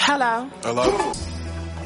Hello. Hello?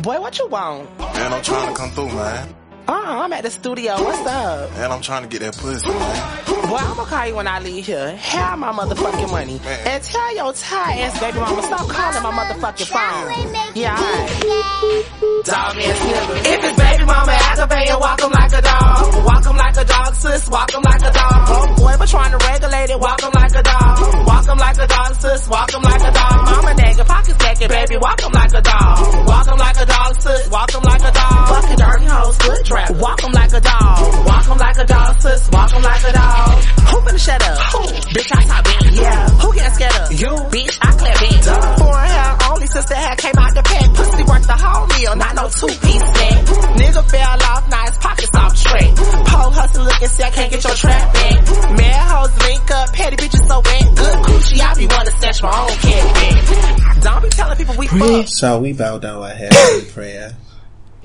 Boy, what you want? Man, I'm trying to come through, man. Uh, I'm at the studio. What's up? Man, I'm trying to get that pussy, man. Boy, I'm gonna call you when I leave here. Have my motherfucking money. Man. And tell your tired ass baby mama stop calling my motherfucking phone. Yeah, alright. Dog ass nigga. If it's baby mama aggravated, walk him like a dog. Walk him like a dog, sis. Walk him like a dog. Oh, boy, but trying to regulate it. Walk him like a dog. Walk him like a dog, sis. Walk him like a dog. Mama nigga, pocket second, baby. Walk him like a dog. Walk him like a dog, sis. Walk him like a dog. Fucking dirty hoes, foot trap. Walk him like a dog. Walk him like a dog, sis. Walk him like a dog. Who finna shut up? Who? Bitch, I saw bitch. Yeah. Who getting scared up? You. Bitch, I clap bitch. Foreign hair, only sister had came out the pack. Pussy worth the whole meal, not no two piece set. Nigga fell off, now his pockets off track. Pole hustle looking sick, can't get your trap back. Mad hoes link up, petty bitches so wet. Good coochie, I be wanna snatch my own cat back. Don't be telling people we fuck. So we bow down our heads in prayer.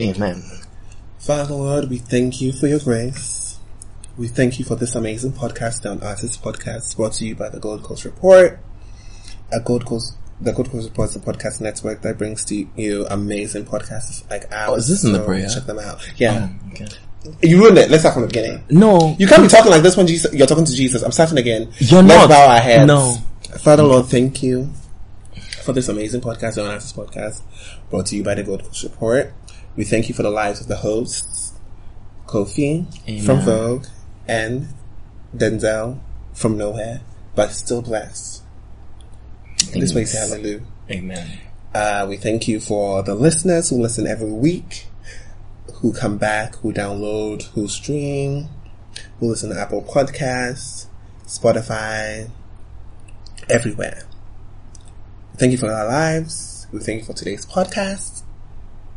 Amen. Father Lord, we thank you for your grace. We thank you for this amazing podcast, Down Artists Podcast, brought to you by the Gold Coast Report. A Gold Coast, the Gold Coast Report is a podcast network that brings to you amazing podcasts like ours. Oh, is this in the prayer? Oh. Check them out. Yeah. You ruined it. Let's start from the beginning. No, You can't be talking like this when Jesus, you're talking to Jesus. I'm starting again. You're Let's not. bow our heads. No. Father Lord, thank you for this amazing podcast, the Honest Podcast, brought to you by the Gold Coast Report. We thank you for the lives of the hosts, Kofi from Vogue and Denzel from Nowhere, but still blessed. In this place, hallelujah. Amen. Uh, we thank you for the listeners who listen every week, who come back, who download, who stream, who listen to Apple Podcasts, Spotify, everywhere. Thank you for our lives. We thank you for today's podcast.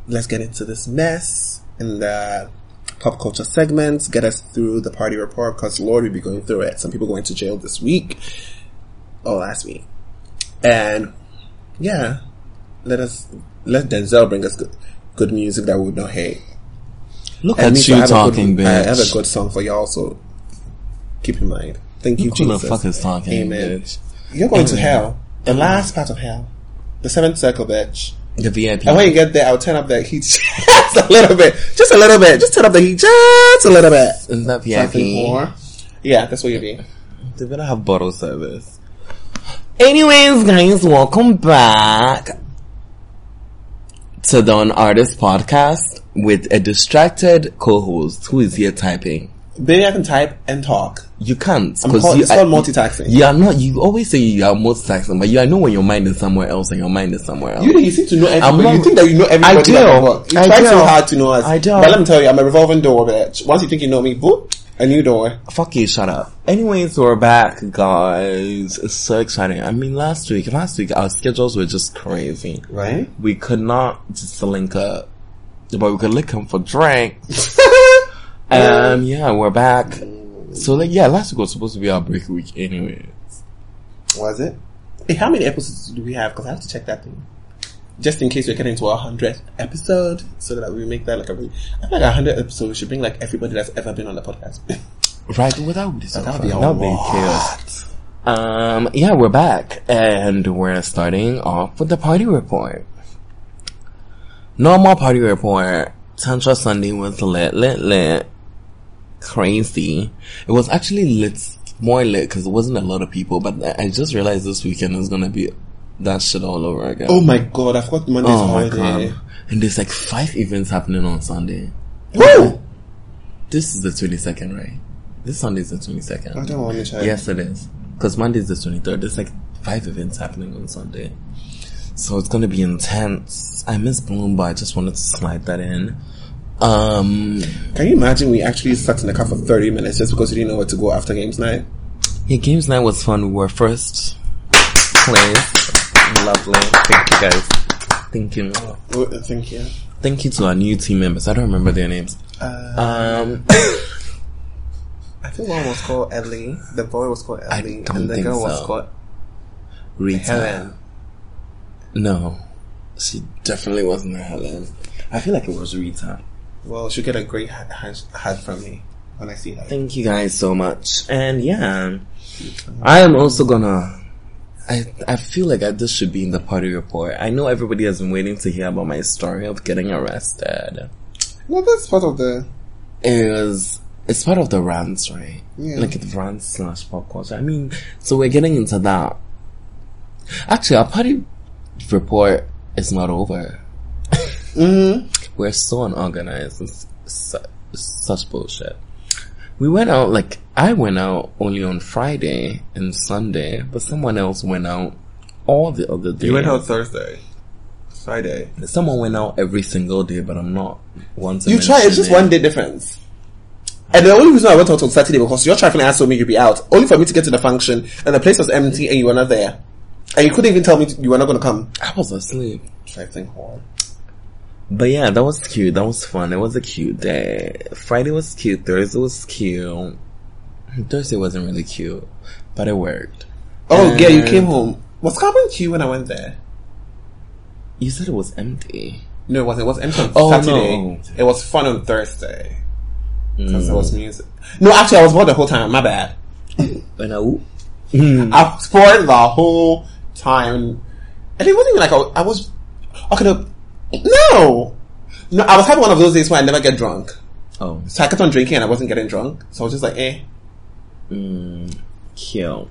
Let's get into this mess and the pop culture segments. Get us through the party report because Lord, we'll be going through it. Some people going to jail this week or last week. And yeah, let us let Denzel bring us good, good music that we would not hate. Look And me at too, I you have a talking, good, bitch. I have a good song for y'all, so keep in mind. Thank you, Who the Jesus. fuck is talking, Amen. bitch? You're going to Amen. hell, the last part of hell, the seventh circle, bitch. The VIP. And when you get there, I'll turn up that heat just a little bit, just a little bit, just turn up the heat just a little bit. Isn't that Something VIP? more. Yeah, that's what you be. They better have bottle service. Anyways, guys, welcome back to the On Artist Podcast with a distracted co-host who is here typing. Baby, I can type and talk. You can't I'm because called, you it's called I- multitasking. You are not. You always say you are multitasking, but you I know when your mind is somewhere else and your mind is somewhere else. You, you seem to know everybody. not- you think that you know everybody. I do. that can work. You I try do. so hard to know us. I do. But let me tell you, I'm a revolving door, bitch. Once you think you know me, boop, a new door. Fuck you, shut up. Anyways, we're back, guys. It's so exciting. I mean, last week, last week, our schedules were just crazy. Right? We could not just link up, but we could link up for drinks. um, yeah, we're back. So, like, yeah, last week was supposed to be our break week anyway. Was it? Hey, how many episodes do we have? Because I have to check that thing. Just in case we're getting to our 100th episode, so that we make that like a really. I feel like a 100th episode, we should bring like everybody that's ever been on the podcast. Right? Well, that would be so That would be fun. a That would be lot. chaos. Um, yeah, we're back, and we're starting off with the party report. Normal party report. Tantra Sunday was lit, lit, lit. Crazy. It was actually lit, more lit, because it wasn't a lot of people, but I- I just realized this weekend is gonna be that shit all over again. oh my god, I've got Monday's Oh my holiday. god. And there's like five events happening on Sunday. Woo! This is the 22nd, right? This Sunday is the 22nd. I don't want to check. Yes, it is. Because Monday is the 23rd. There's like five events happening on Sunday. So it's going to be intense. I miss Bloom, but I just wanted to slide that in. Um, Can you imagine we actually sat in the car for 30 minutes just because we didn't know where to go after games night? yeah, games night was fun. We were first place. Lovely. Thank you guys. Thank you. Oh, thank you. Thank you to our new team members. I don't remember their names. Uh, Um, I think one was called Ellie. The boy was called I Ellie, don't and the think girl was so. called Rita. Helen. No. She definitely wasn't Helen. I feel like it was Rita. Well, she'll get a great ha- hand, hand from me when I see her. Thank you guys so much. And yeah, I am also gonna I, I feel like I, this should be in the party report. I know everybody has been waiting to hear about my story of getting arrested. Well, that's part of the. It was, it's part of the rants, right? Yeah. Like the rants slash pop culture. I mean, so we're getting into that. Actually, our party report is not over. Mm-hmm. We're so unorganized and su- such bullshit. We went out, like, I went out only on Friday and Sunday, but someone else went out all the other days. You went out Thursday, Friday. Someone went out every single day, but I'm not one to You try, it's just mention it. one day difference. And the only reason I went out on Saturday because your trifling ass told me you'd be out, only for me to get to the function and the place was empty and you were not there. And you couldn't even tell me you were not going to come. I was asleep. Trifling whore. But yeah, that was cute. That was fun. It was a cute day. Friday was cute. Thursday was cute. Thursday wasn't really cute, but it worked. Oh, yeah, you came home. Was happened to you when I went there? You said it was empty. No, it wasn't. It was empty on Oh, Saturday. no. It was fun on Thursday. Because there Mm. was music. No, actually, I was bored the whole time. My bad. But no. I was bored the whole time. And it wasn't even like I was. I was okay, no. No! No, I was having one of those days where I never get drunk. Oh, So I kept on drinking and I wasn't getting drunk. So I was just like, eh. cute.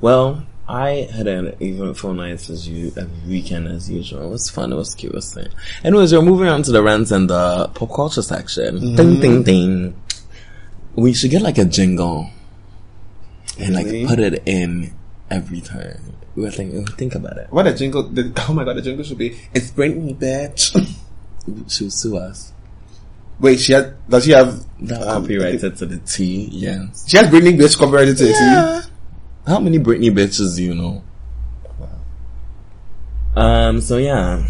Well, I had an eventful night as you, a weekend as usual. It was fun. It was cute. It was fun. Anyways, we're moving on to the rants and the pop culture section. Mm-hmm. Ding, ding, ding. We should get like a jingle and like Really? put it in every time. We were thinking, think about it. What a jingle. The, oh my god, the jingle should be, it's Britney, bitch. She will sue us. Wait, she has, does she have, That um, copyrighted to the T. Yes. She has Britney, bitch copyrighted to it. How many Britney bitches do you know? Um, so yeah.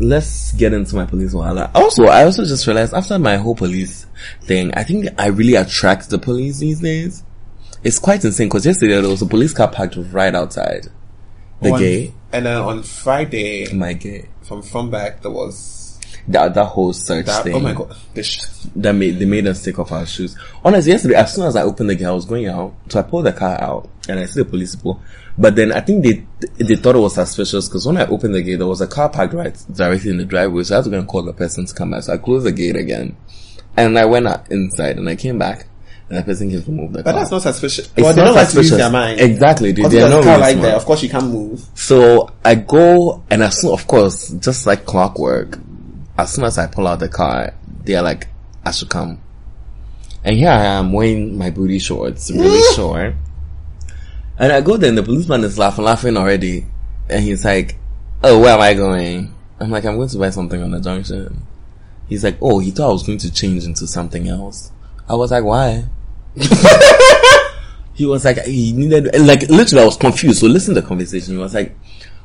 Let's get into my police wala. Also, I also just realized after my whole police thing, I think I really attract the police these days. It's quite insane because yesterday there was a police car parked right outside the On- gate. And then on Friday, My gate. from from back, there was That, that whole search that. thing. Oh my god, the sh- that made they made us take off our shoes. Honestly, yesterday as soon as I opened the gate, I was going out, so I pulled the car out and I see the police people. But then I think they they thought it was suspicious because when I opened the gate, there was a car parked right directly in the driveway, so I had to go and call the person to come back. So I closed the gate again, and I went out inside and I came back, and the person came to move the but car. that's not suspicious. It's well, they not don't like to use suspicious. their mind. Exactly, dude. Because They are there's a not car really right there. smart. Of course, you can't move. So I go and as soon, of course, just like clockwork, as soon as I pull out the car, they're like, I should come. And here I am wearing my booty shorts, really short. And I go there and the policeman is laughing, laughing already. And he's like, Oh, where am I going? I'm like, I'm going to buy something on the junction. He's like, Oh, he thought I was going to change into something else. I was like, Why? he was like, he needed, like, literally, I was confused. So listen to the conversation. He was like,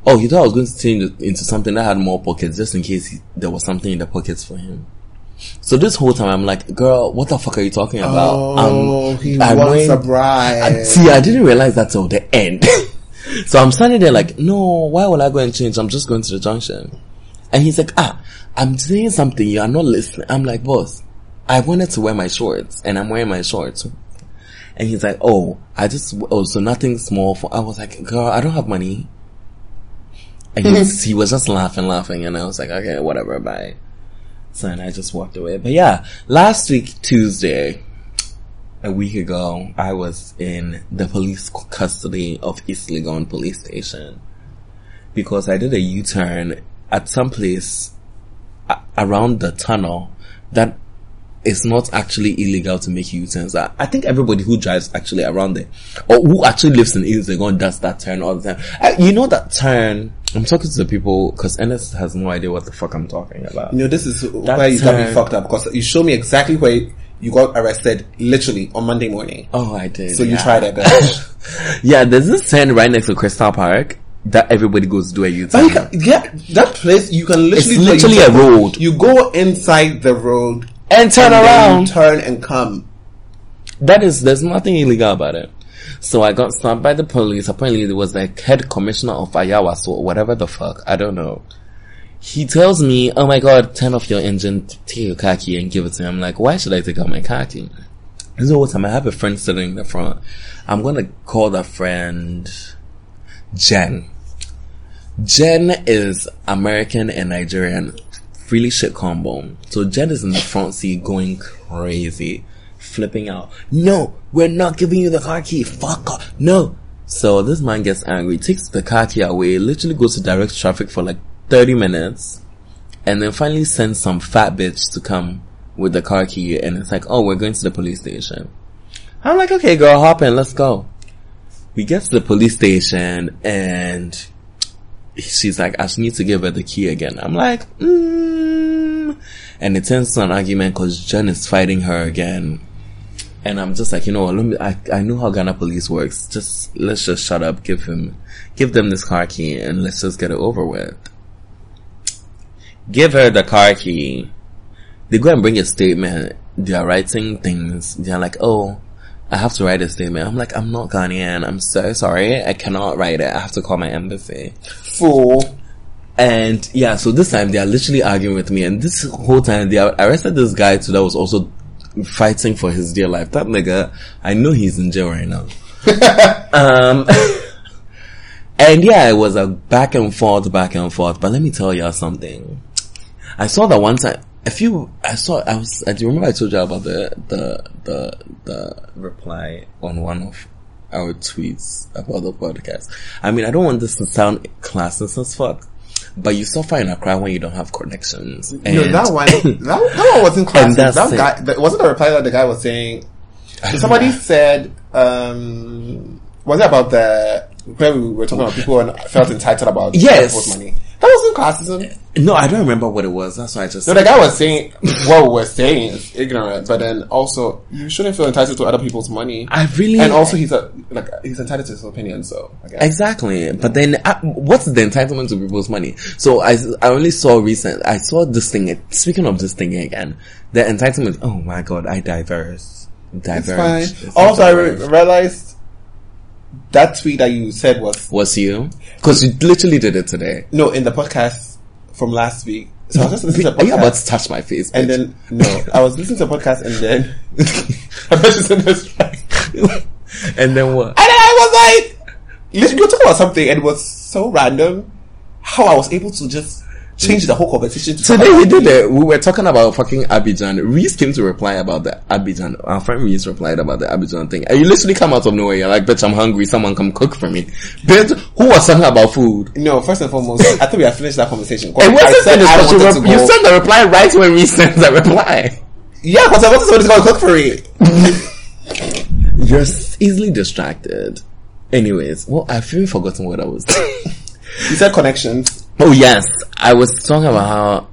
Oh, he thought I was going to change it into something that had more pockets just in case he, there was something in the pockets for him. So this whole time, I'm like, girl, what the fuck are you talking about? Oh, I'm- he I'm wants wearing- a bride. um, I- See, I didn't realize that till the end. so I'm standing there like, no, why will I go and change? I'm just going to the junction. And he's like, ah, I'm saying something. You are not listening. I'm like, boss, I wanted to wear my shorts and I'm wearing my shorts. And he's like, oh, I just, oh, so nothing small for, I was like, girl, I don't have money. And he was, he was just laughing, laughing. And I was like, okay, whatever, bye. So, and I just walked away. But yeah, last week, Tuesday, a week ago, I was in the police c- custody of East Legon Police Station because I did a U-turn at some place a- around the tunnel that is not actually illegal to make U-turns. I, I think everybody who drives actually around there or who actually lives in East Legon does that turn all the time. I, you know that turn. I'm talking to the people because Ennis has no idea what the fuck I'm talking about. You know, this is where you got me time- fucked up because you showed me exactly where you got arrested, literally on Monday morning. Oh, I did. so you yeah. tried it, bitch. Yeah, there's this turn right next to Crystal Park that everybody goes to do a But U-turn. you can, yeah, that place you can literally It's literally a road. You go inside the road, and turn and then you around. turn and come. that is, there's nothing illegal about it. So I got stopped by the police. Apparently, there was like head commissioner of Ayawaso, or whatever the fuck. I don't know. He tells me, "Oh my god, turn off your engine, t- take your car key, and give it to him." I'm like, "Why should I take out my car key?" This is the whole time I have a friend sitting in the front. I'm gonna call that friend Jen. Jen is American and Nigerian. Really shit combo. So Jen is in the front seat going crazy. Flipping out. No, we're not giving you the car key. Fuck off. No. So this man gets angry, takes the car key away, literally goes to direct traffic for like 30 minutes, and then finally sends some fat bitch to come with the car key and it's like, oh, we're going to the police station. I'm like, okay girl, hop in, let's go. We get to the police station and she's like, I just need to give her the key again. I'm like, mm. and it turns to an argument because Jen is fighting her again. And I'm just like, you know what? Let me, I, I know how Ghana police works. Just, let's just shut up. Give him, give them this car key and let's just get it over with. Give her the car key. They go and bring a statement. They are writing things. They are like, oh, I have to write a statement. I'm like, I'm not Ghanaian. I'm so sorry. I cannot write it. I have to call my embassy. Fool. And yeah, so this time they are literally arguing with me, and this whole time they are- arrested this guy too that was also fighting for his dear life. That nigga, I know he's in jail right now. um, and yeah, it was a back and forth, back and forth. But let me tell y'all something. I saw that one time. A few, I saw. I was. I do remember I told you about the the the the reply on one of our tweets about the podcast. I mean, I don't want this to sound classless as fuck, but you suffer in Accra when you don't have connections. no, And- that one, that, that one wasn't classic. And that's That it. guy, that, wasn't the reply that the guy was saying. Somebody said, um, was it about the where we were talking about people and felt entitled about Yes. transport money? That wasn't classism. No, I don't remember what it was. That's why I just. No, the guy was saying what we were saying is ignorant, but then also you shouldn't feel entitled to other people's money. I really. and also he's a like he's entitled to his opinion, so I guess. Exactly, but then uh, what's the entitlement to people's money? So I, I only saw recent. I saw this thing. Speaking of this thing again, the entitlement. Oh my god, I diverse. It's Diverge. fine. It's Also, I diverge. re- realized that tweet that you said was was you because you literally did it today. No, in the podcast from last week. So I was just listening to Are the you about to podcast. touch my face? And bitch? then, no, I was listening to the podcast and then, I bet you said this right. And then and then what? I was like, listen, you were talking about something and it was so random how I was able to just change the whole conversation to Today Oh, we did it. We were talking about fucking Abidjan. Reese came to reply about the Abidjan. Our friend Reese replied about the Abidjan thing. And you literally come out of nowhere. You're like, bitch, I'm hungry. Someone come cook for me. Bitch, who was talking about food? No, first and foremost, I thought we had finished that conversation. It I wasn't said finished, I but you, wanted rep- to you go- sent the reply right when Reese sends the reply. yeah, because I wanted somebody to go and cook for it. You're s- easily distracted. Anyways, well, I've really forgotten what I was You said connections. Oh yes, I was talking about how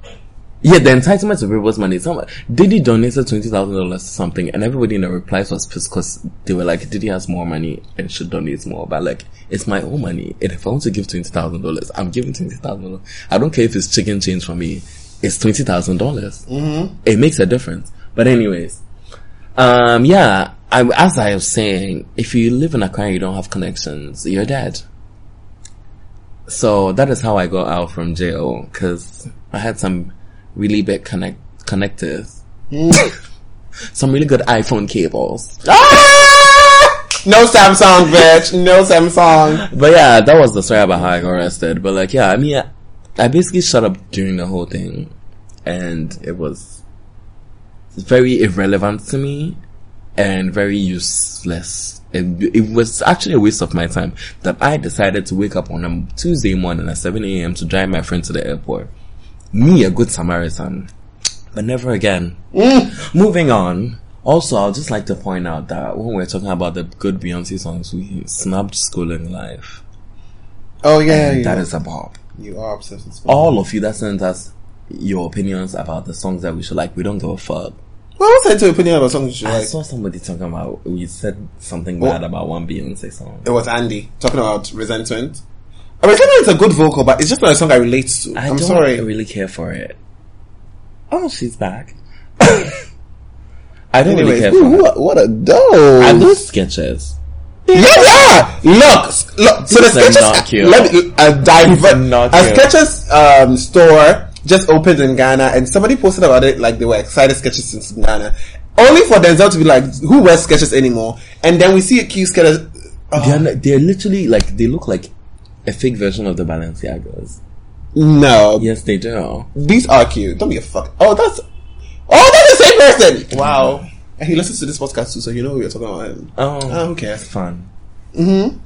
yeah, the entitlement to people's money. Someone Diddy donated twenty thousand dollars to something, and everybody in the replies was pissed because they were like, "Diddy has more money and should donate more." But like, it's my own money, and if I want to give twenty thousand dollars, I'm giving twenty thousand dollars. I don't care if it's chicken change for me. It's twenty thousand dollars. It makes a difference. But anyways, um, yeah, I, as I was saying, if you live in Accra and you don't have connections, you're dead. So that is how I got out from jail because I had some really big connect connectors, some really good iPhone cables. Ah! No Samsung, bitch. No Samsung. But yeah, that was the story about how I got arrested. But like, yeah, I mean, I, I basically shut up during the whole thing, and it was very irrelevant to me and very useless. It, it was actually a waste of my time that I decided to wake up on a Tuesday morning at 7 a.m. to drive my friend to the airport. Me, a good Samaritan. But never again. Moving on. Also, I'd just like to point out that when we're talking about the good Beyonce songs, we snapped schooling life. Oh, yeah, yeah. That is Oh, a bop. You are obsessed with Spotify. All of you that sent us your opinions about the songs that we should like, we don't give a fuck. Well, what's that to your opinion about something you I like? saw somebody talking about, we said something Well- bad about one Beyonce song. It was Andy talking about resentment. I mean, Resentment is a good vocal, but it's just not a song I relate to. I I am don't sorry. really care for it. Oh, she's back. I don't really Anyways, care ooh, for it. what, what a dope. I love sketches. yeah, yeah. Look, s- look. So the These are sketches. not cute. Let me uh, These are divert. not A cute. sketches um, store just opened in Ghana, and somebody posted about it like they were excited sketches since Ghana. Only for Denzel to be like, "Who wears sketches anymore?" And then we see a cute uh, sketches. They're, not- they're literally like, they look like a fake version of the Balenciagas. No. Yes, they do. These are cute. Don't be a fuck. Oh, that's. Oh, that's the same person! Wow. And he listens to this podcast too, so you know we are talking about him. Oh, Oh, who cares? It's fun. Mm-hmm.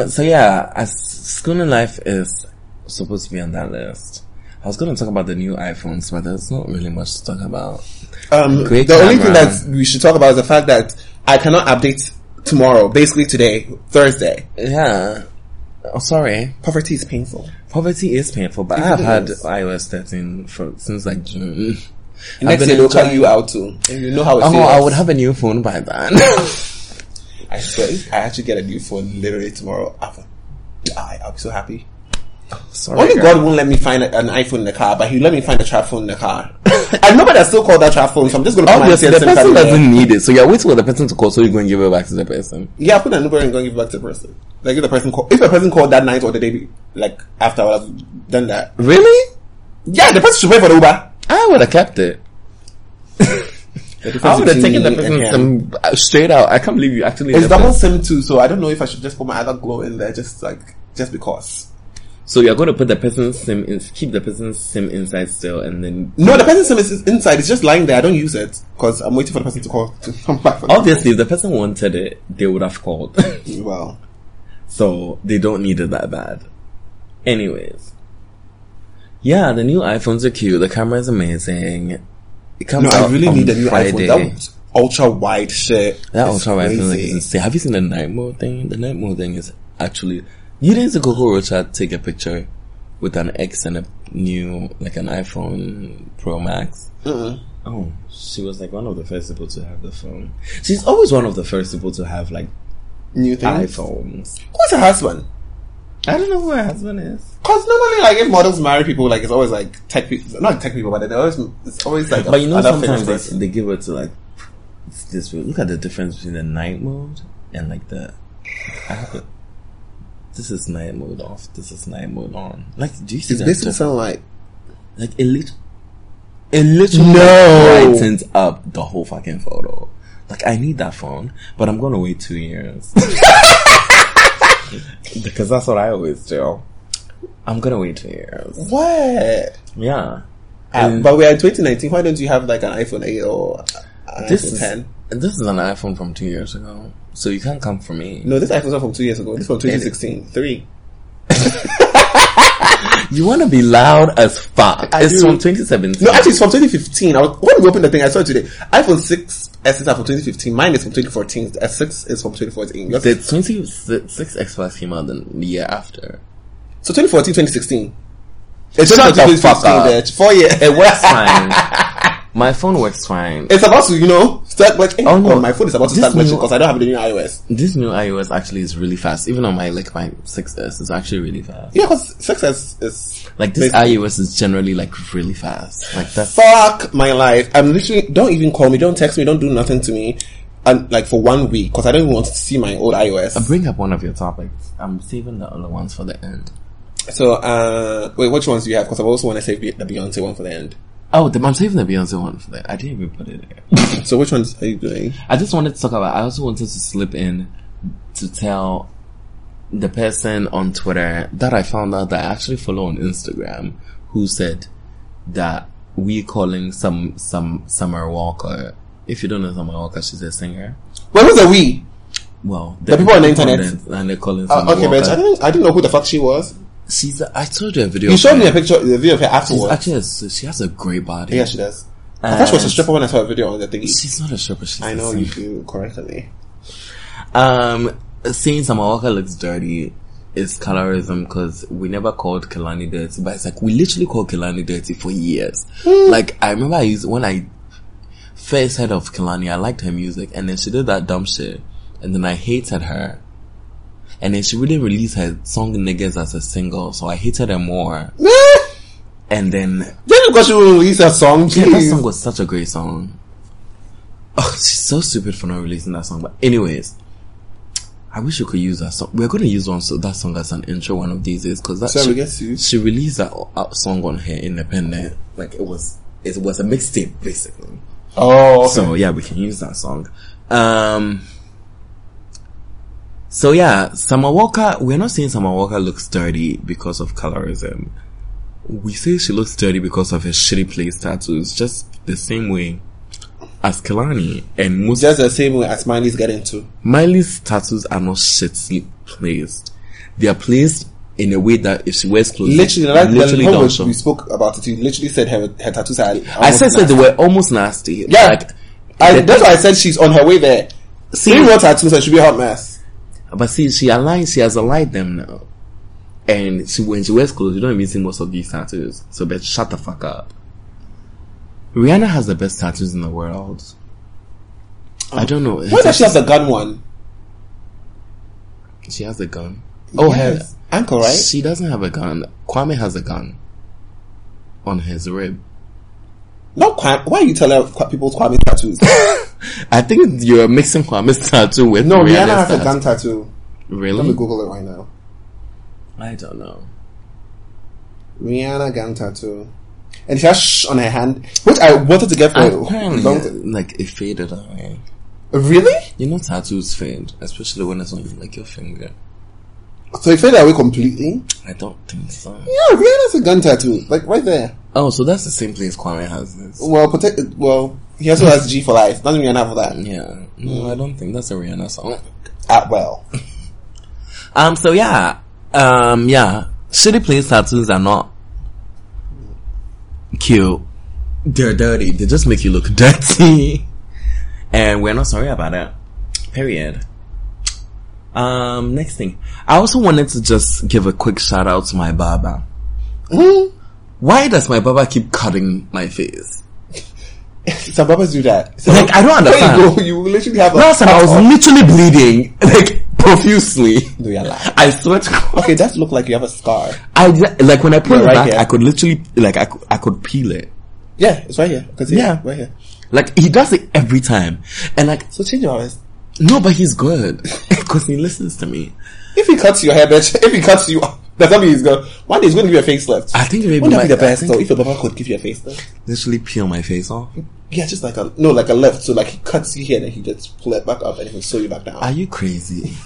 Um. So yeah, as School and Life is supposed to be on that list. I was going to talk about the new iPhones, but there's not really much to talk about. Um, Great the only thing camera. that we should talk about is the fact that I cannot update tomorrow, basically today, Thursday. Yeah. Oh, sorry. Poverty is painful. Poverty is painful, but I It have had is. iOS 13 for since like June. And next been year they'll call enjoying- you out too. And you know how it Oh, feels. I would have a new phone by then. I swear, if I actually get a new phone literally tomorrow, I will die. I'll be so happy. sorry. Only girl. God won't let me find a, an iPhone in the car, but He'll let me find a trap phone in the car. and nobody has still called that trap phone, so I'm just going to put my Obviously, ATM the SIM card person in there. doesn't need it, so you're waiting for the person to call, so you go and give it back to the person. Yeah, I put an Uber and go and give it back to the person. Like if the person call, if the person called that night or the day, be- like after I was done that. Really? Yeah, the person should pay for the Uber. I would have kept it. The difference I would have between taken the me and person him. some, uh, straight out. I can't believe you actually. It's did double this. SIM too, so I don't know if I should just put my other glow in there, just like just because. So you're going to put the person's sim in, keep the person's sim inside still, and then No, the person's SIM is inside. It's just lying there. I don't use it because I'm waiting for the person to call to come back. For the obviously if the person wanted it, they would have called. phone. Well, so they don't need it that bad. Anyways, yeah, the new iPhones are cute. The camera is amazing. It comes no, out I really on need a new Friday. iPhone. That was ultra wide shit. That is ultra wide like is crazy. insane. Have you seen the night mode thing? The night mode thing is actually you didn't see Coco Rocha take a picture with an X and a new like an iPhone Pro Max. Oh, she was like one of the first people to have the phone. She's always one of the first people to have like New thing. iPhones. Who's her husband? I don't know who her husband is, Cause normally, like, if models marry people, like, it's always like tech people, not tech people, but they're always, it's always like, but you know other sometimes famous person. they, they give it to like it's this. Look at the difference between the night mode and like the. I have it. This is night mode off. This is night mode on. Like, do you see it's that basically difference? sound like Like it, lit- it literally No. brightens up the whole fucking photo. Like I need that phone, but I'm gonna wait two years because that's what I always do. I'm gonna wait two years. what? Yeah, Uh, but we are in 2019. Why don't you have like an iPhone 8 or an this iPhone is 10? this is an iPhone from two years ago, so you can't come for me. No, this iPhone's not from two years ago. This from 2016. Three. You want to be loud as fuck. I it's do. from 2017. No, actually, it's from 2015. I was, when we opened the thing, I saw it today. iPhone 6 S is from 2015. Mine is from 2014. S6 is from 2014. Yours the is- 26 X Plus came out the year after. So 2014, 2016. It's just Shut the fuck 2015, up. bitch. Four years. It works fine. My phone works fine. It's about to, you know, start glitching. Oh, Oh, no. my phone is about to This start glitching new- because I don't have the new iOS. this new iOS actually is really fast. Even on my like my 6S is actually really fast. Yeah, because success is Like this Basically. iOS is generally like really fast. Like that's fuck my life. I'm literally don't even call me, don't text me, don't do nothing to me, and like for one week because I don't even want to see my old iOS. bring up one of your topics. I'm saving the other ones for the end. So uh, wait, which ones do you have? Because I also want to save the the Beyonce one for the end. Oh, the, I'm saving the Beyonce one for the. I didn't even put it there. So which ones are you doing? I just wanted to talk about. I also wanted to slip in to tell the person on Twitter that I found out that I actually follow on Instagram who said that we calling some some Summer Walker. If you don't know Summer Walker, she's a singer. Well, who's the we? Well, The people on the internet. and they're calling Uh, Summer okay, Walker. bitch. I didn't I didn't know who the fuck she was. She's. A, I told you a video. You of showed her. me a picture, the video of her She's afterwards. actually, a, she has a great body. Yeah, she does. I thought she was a stripper when I saw a video on the thingy. She's not a stripper. She's I a know singer. you do correctly. Um, seeing Samawaka looks dirty is colorism because we never called Kalani dirty, but it's like we literally called Kalani dirty for years. Like I remember I used when I first heard of Kalani, I liked her music, and then she did that dumb shit, and then I hated her. And then she wouldn't release her song "Niggas" as a single, so I hated her more. Just And then because she released a song, yeah, that jeez. song was such a great song. Oh, she's so stupid for not releasing that song. But anyways, I wish we could use that song. We're gonna use one so that song as an intro one of these days because that Shall she, we get to- she released that uh, song on her independent. Like it was, it was a mixtape basically. Oh, okay. So yeah, we can use that song. Um, So yeah, Summer Walker, we're not saying Summer Walker looks dirty because of colorism. We say she looks dirty because of her shitty place tattoos, just the same way as Kalani. And most Just the same way as Miley's getting to. Miley's tattoos are not shitly placed. They are placed in a way that if she wears clothes, Literally, they like the don't moment show. we spoke about it, you literally said her, her tattoos are. I said, said they were almost nasty. Yeah. Like, I, that's why I said she's on her way there. see, Three more tattoos and she'll be a hot mess. But see, she aligned, she has aligned them now. And she, when she wears clothes, you don't even see most of these tattoos. So, bitch, shut the fuck up. Rihanna has the best tattoos in the world. I don't know. Why does she have the gun one? She has a gun. Oh, Yes. Ankle, her. right? She doesn't have a gun. Kwame has a gun. On his rib. Not Kwame. Why are you telling Kwa- people Kwame's tattoos? I think you're mixing Kwame's tattoo with no, Rihanna Rihanna's has a tattoo. gun tattoo. Let me Really? Google it right now. I don't know. Rihanna gun tattoo. And she has shh on her hand, which I wanted to get for a Apparently, long time. like, it faded away. Really? You know tattoos fade, especially when it's on like your finger. So it faded away completely? I don't think so. Yeah, Rihanna's a gun tattoo. Like right there. Oh, so that's the same place Kwame has this. Well, protect. Well, he also has G for life. Doesn't Rihanna for that. Yeah. No, I don't think that's a Rihanna song. At well. Um, so yeah. Um, yeah. Shitty place tattoos are not cute. They're dirty. They just make you look dirty. and we're not sorry about that. Period. Um, next thing. I also wanted to just give a quick shout out to my barber. Mm-hmm. Why does my barber keep cutting my face? Some papas do that. Some Like, I don't There you understand. go. You literally have a. Last time I was literally bleeding, like profusely. No, you're lying. I swear to God. Oh, Okay, that look like you have a scar. I ju- like when I pulled Yeah, it right back, here. I could literally like I could, I could peel it. Yeah, it's right here. I can see it. Yeah. right here. Like he does it every time, and like So change your eyes. no, but he's good because he listens to me. If he cuts your hair, bitch. If he cuts you, that's not mean he's gonna. One day he's gonna give you a facelift. I think maybe Wouldn't my, that be the I best think though? If your papa could give you a facelift. literally peel my face off. Yeah, just like a no, like a lift. So like he cuts you here, then he just pull it back up, and he'll sew you back down. Are you crazy?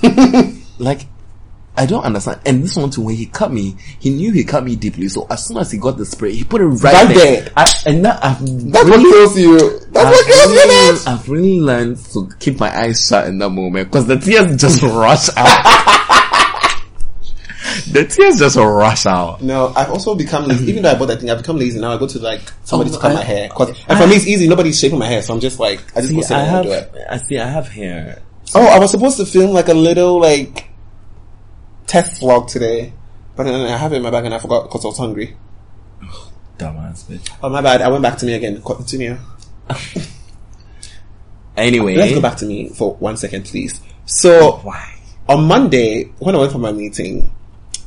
like, I don't understand. And this one too, when he cut me, he knew he cut me deeply. So as soon as he got the spray, he put it right, Right there. there. I, and now I've that's what kills you. That's I've what kills you, bitch. Ah, really, I've really learned to keep my eyes shut in that moment because the tears just rush out. the tears just rush out. No, I've also become lazy. Even though I bought that thing, I've become lazy now. I go to like somebody Oh, to cut I- my hair. 'Cause- and for me, it's easy. Nobody's shaping my hair, so I'm just like, I just go sit I down and do have, it. I see, I have hair. Oh, I was supposed to film like a little like test vlog today, but then I have it in my bag and I forgot because I was hungry. Dumbass bitch. Oh my bad. I went back to me again. Continue. Anyway, Let's go back to me for one second, please. So Why? on Monday, when I went for my meeting,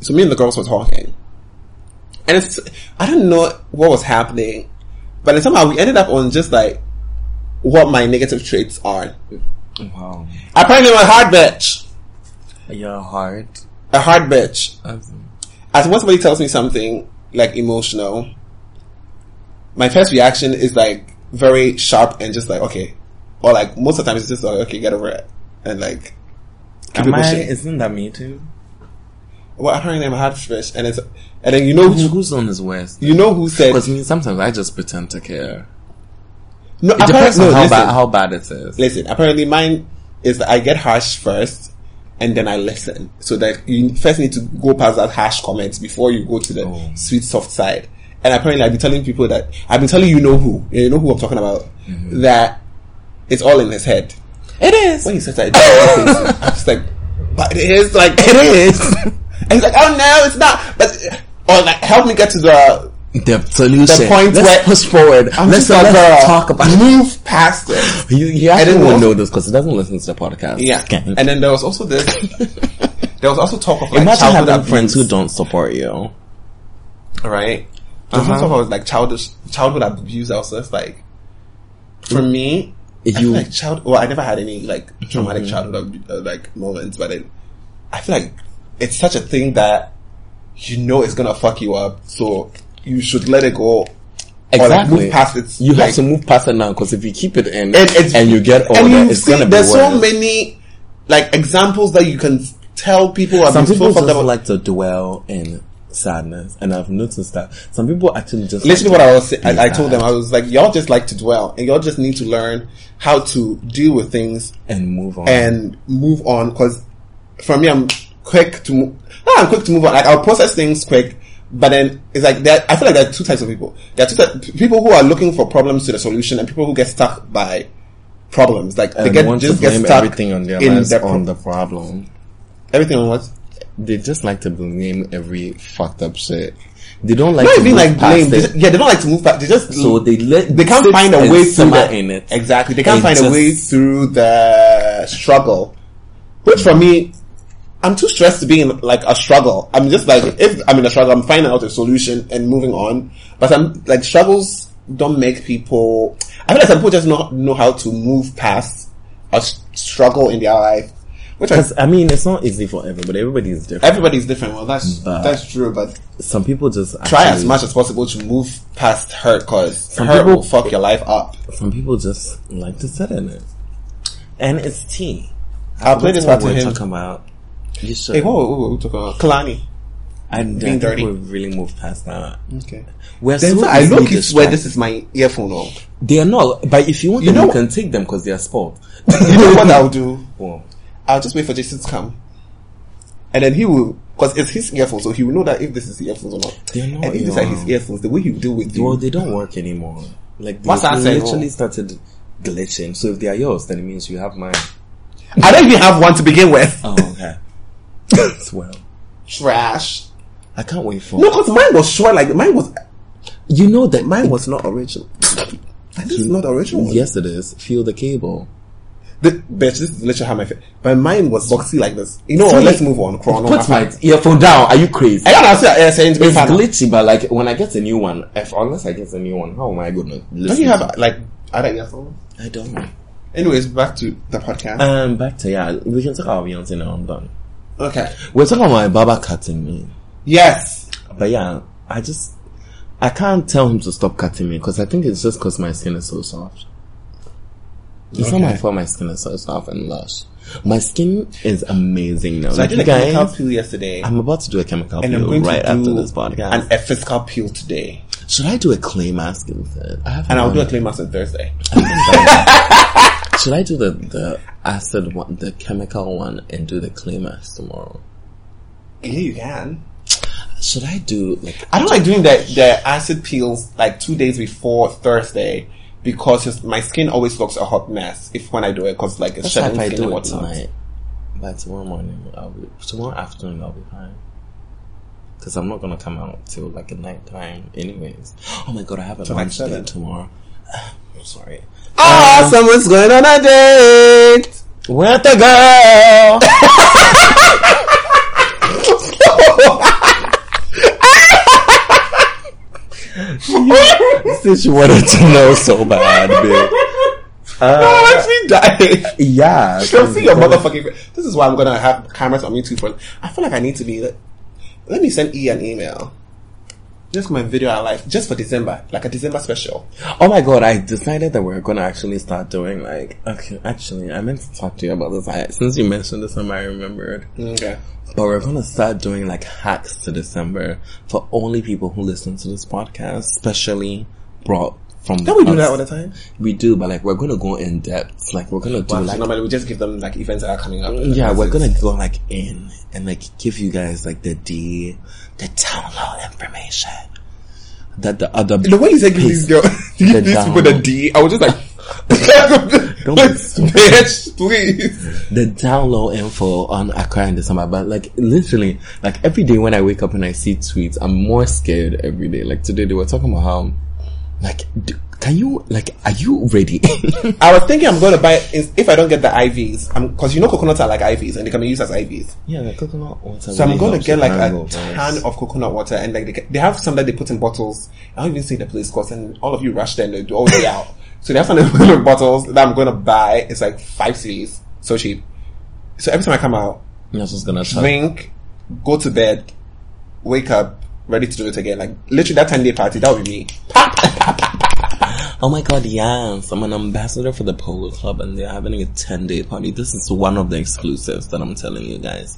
so me and the girls were talking. And it's, I don't know what was happening, but then somehow we ended up on just like what my negative traits are. Wow, Apparently, I'm a hard bitch. your heart. A hard bitch. That's- As when somebody tells me something like emotional, my first reaction is like very sharp and just like, okay. Or like most of the time it's just like, okay, get over it. And like, keep it Am I? pushing. Isn't that me too? well, apparently I'm a hard bitch. And it's, and then you know, Who- who, Who's on his worst? you know who said, Because me, sometimes I just pretend to care. No, It depends apparently- on no, how listen, bad how bad it is. listen, apparently mine is that I get harsh first and then I listen. So that you first need to go past that harsh comments before you go to the Oh. sweet soft side. And apparently I've been telling people that I've been telling you know who, you know who I'm talking about, Mm-hmm. that it's all in his head. It is. When he says that, it just irritates me. I'm just like, but it is like, it is. and he's like, oh no, it's not. But, or like, help me get to the, The solution. The point let's where- push forward. I'm just let's like, let's girl, talk about it. move past it. You, you I actually didn't won't know. know this because he doesn't listen to the podcast. Yeah. Okay. And then there was also this. there was also talk of like Imagine childhood having abuse, friends who don't support you. right? There was Uh-huh. also talk about like childish childhood abuse. I was just like, for me, I feel Mm. You- Mm-hmm. like child. Well, I never had any like traumatic childhood abu- uh, like moments, but it, I feel like it's such a thing that you know it's gonna fuck you up, so you should let it go. Or like move past it. You like, have to move past it now because if you keep it in and, it's, and you get older, and you it's see, gonna be there's worse. so many like examples that you can tell people are Some being so people fucked just up. like to dwell in sadness, and I've noticed that some people actually just Literally, like what to I was say- be I, I told sad them I was like, y'all just like to dwell, and y'all just need to learn how to deal with things and move on. and move on. Because for me, I'm quick to mo- no, I'm quick to move on. Like I'll process things quick, but then it's like that. I feel like there are two types of people. There are two ty- people who are looking for problems to the solution, and people who get stuck by problems. Like they And get want just to get blame stuck everything on their in lives their pro- on the problem. everything on what. They just like to blame every fucked up shit. They don't like Not to even move like blame. past They it. just- yeah, they don't like to move back. They just So they let they can't sit find a and way through simmer that. in it. Exactly, they can't And find a just- way through the struggle. Which for me, I'm too stressed to be in like a struggle. I'm just like if I'm in a struggle, I'm finding out a solution and moving on. But I'm like struggles don't make people. I feel like some people just not know how to move past a s- struggle in their life. Which I, Because I mean, it's not easy for everybody. Everybody is different. everybody's different. Well, that's But- that's true, but. Some people just try as actually- much as possible to move past hurt because Some hurt people- will fuck your life up. Some people just like to sit in it, and it's tea. I'll play this That's part what to we're him. talking about. You should. Hey, whoa, whoa, whoa, we talking about Kalani. I, I being think dirty. we really moved past that. Okay. We're Then so I easily look it's where distracted. this is my earphone on. They are not, but if you want You them, know- you can take them because they are sport. You know what I'll do? Well, I'll just wait for Jason to come. And then he will, because it's his earphone, so he will know that if this is the earphones or not. They're not and if these are his your- earphones, the way he will deal with you. well, they don't work anymore. Like they What's that say? literally started glitching. So if they are yours, then it means you have mine. I don't even have one to begin with. Oh, okay. That's well. Trash. I can't wait for. No, because mine was short, like mine was, You know that mine was not original. this is not original. Yes, it is. Feel the cable. The, bitch, this is literally how my fa- my mind was boxy like this. You know what? See, Let's move on. Chrono. Put my earphone down. Are you crazy? I don't know. I saying It's glitchy, but like when I get a new one, if, unless I get a new one, how am I gonna listen? Don't you to have like other earphones? I don't. Anyways, back to the podcast. Um, back to yeah, we can talk about Beyonce now. I'm done. okay. We're talking about Baba cutting me, Yes. but yeah, I just I can't tell him to stop cutting me because I think it's just because my skin is so soft. It's not my fault. My skin is so soft and lush. My skin is amazing now. So I like did you a chemical guys, peel yesterday, I'm about to do a chemical and I'm peel going right to after do this podcast. uh, an, a physical peel today, Should I do a clay mask instead? I haven't and I'll done do a it. clay mask on Thursday. Should I do the, the acid one, the chemical one, and do the clay mask tomorrow? Yeah, you can. Should I do like I don't like doing the the acid peels like two days before Thursday. Because just, my skin always looks a hot mess if when I do it, because like it's that's how shedding if I skin and do it whatnot. tonight? But tomorrow morning, I'll be tomorrow afternoon, I'll be fine. Cause I'm not gonna come out till like at night time, anyways. Oh my god, I have a like lunch seven. date tomorrow. I'm sorry. Um, Ah, someone's going on a date. Where the girl? Since you wanted to know so bad, bitch. Oh, makes me die. Yeah. Go see your motherfucking. face. This is why I'm gonna have cameras on me too. For I feel like I need to be. Let me send E an email. Just my video our life, just for December, like a December special. Oh my god, I decided that we're gonna actually start doing like, okay, actually, I meant to talk to you about this. I, since you mentioned this, time, I remembered. Okay. But we're gonna start doing like hacks to December for only people who listen to this podcast, especially brought from. Don't we do that all the time? We do, but like, we're gonna go in depth. Like, we're gonna do Well, like. normally we just give them like events that are coming up. Yeah, That's we're gonna it. go like in and like give you guys like the D, the download information that the other. The way you said give these girls, these The people the down. D, I was just like, Don't be stupid. bitch, please. the download info on Accra in December. But like literally, like every day when I wake up and I see tweets, I'm more scared every day. Like today they were talking about how, like, d can you like, are you ready? I was thinking I'm gonna buy if I don't get the IVs, I'm because you know coconuts are like IVs and they can be used as IVs. yeah, like coconut water. So I'm really gonna helps get with like a hangovers. ton of coconut water, and like they, ca- they have some that they put in bottles. I don't even see the place because and all of you rush there and they do all day out. So they have some that they put in bottles that I'm gonna buy. It's like five cds, so cheap. So every time I come out, Yeah, I was just gonna try. drink, go to bed, wake up, ready to do it again. Like literally that ten day party, that would be me. Oh my god, yes. I'm an ambassador for the Polo Club and they're having a 10 day party. This is one of the exclusives that I'm telling you guys.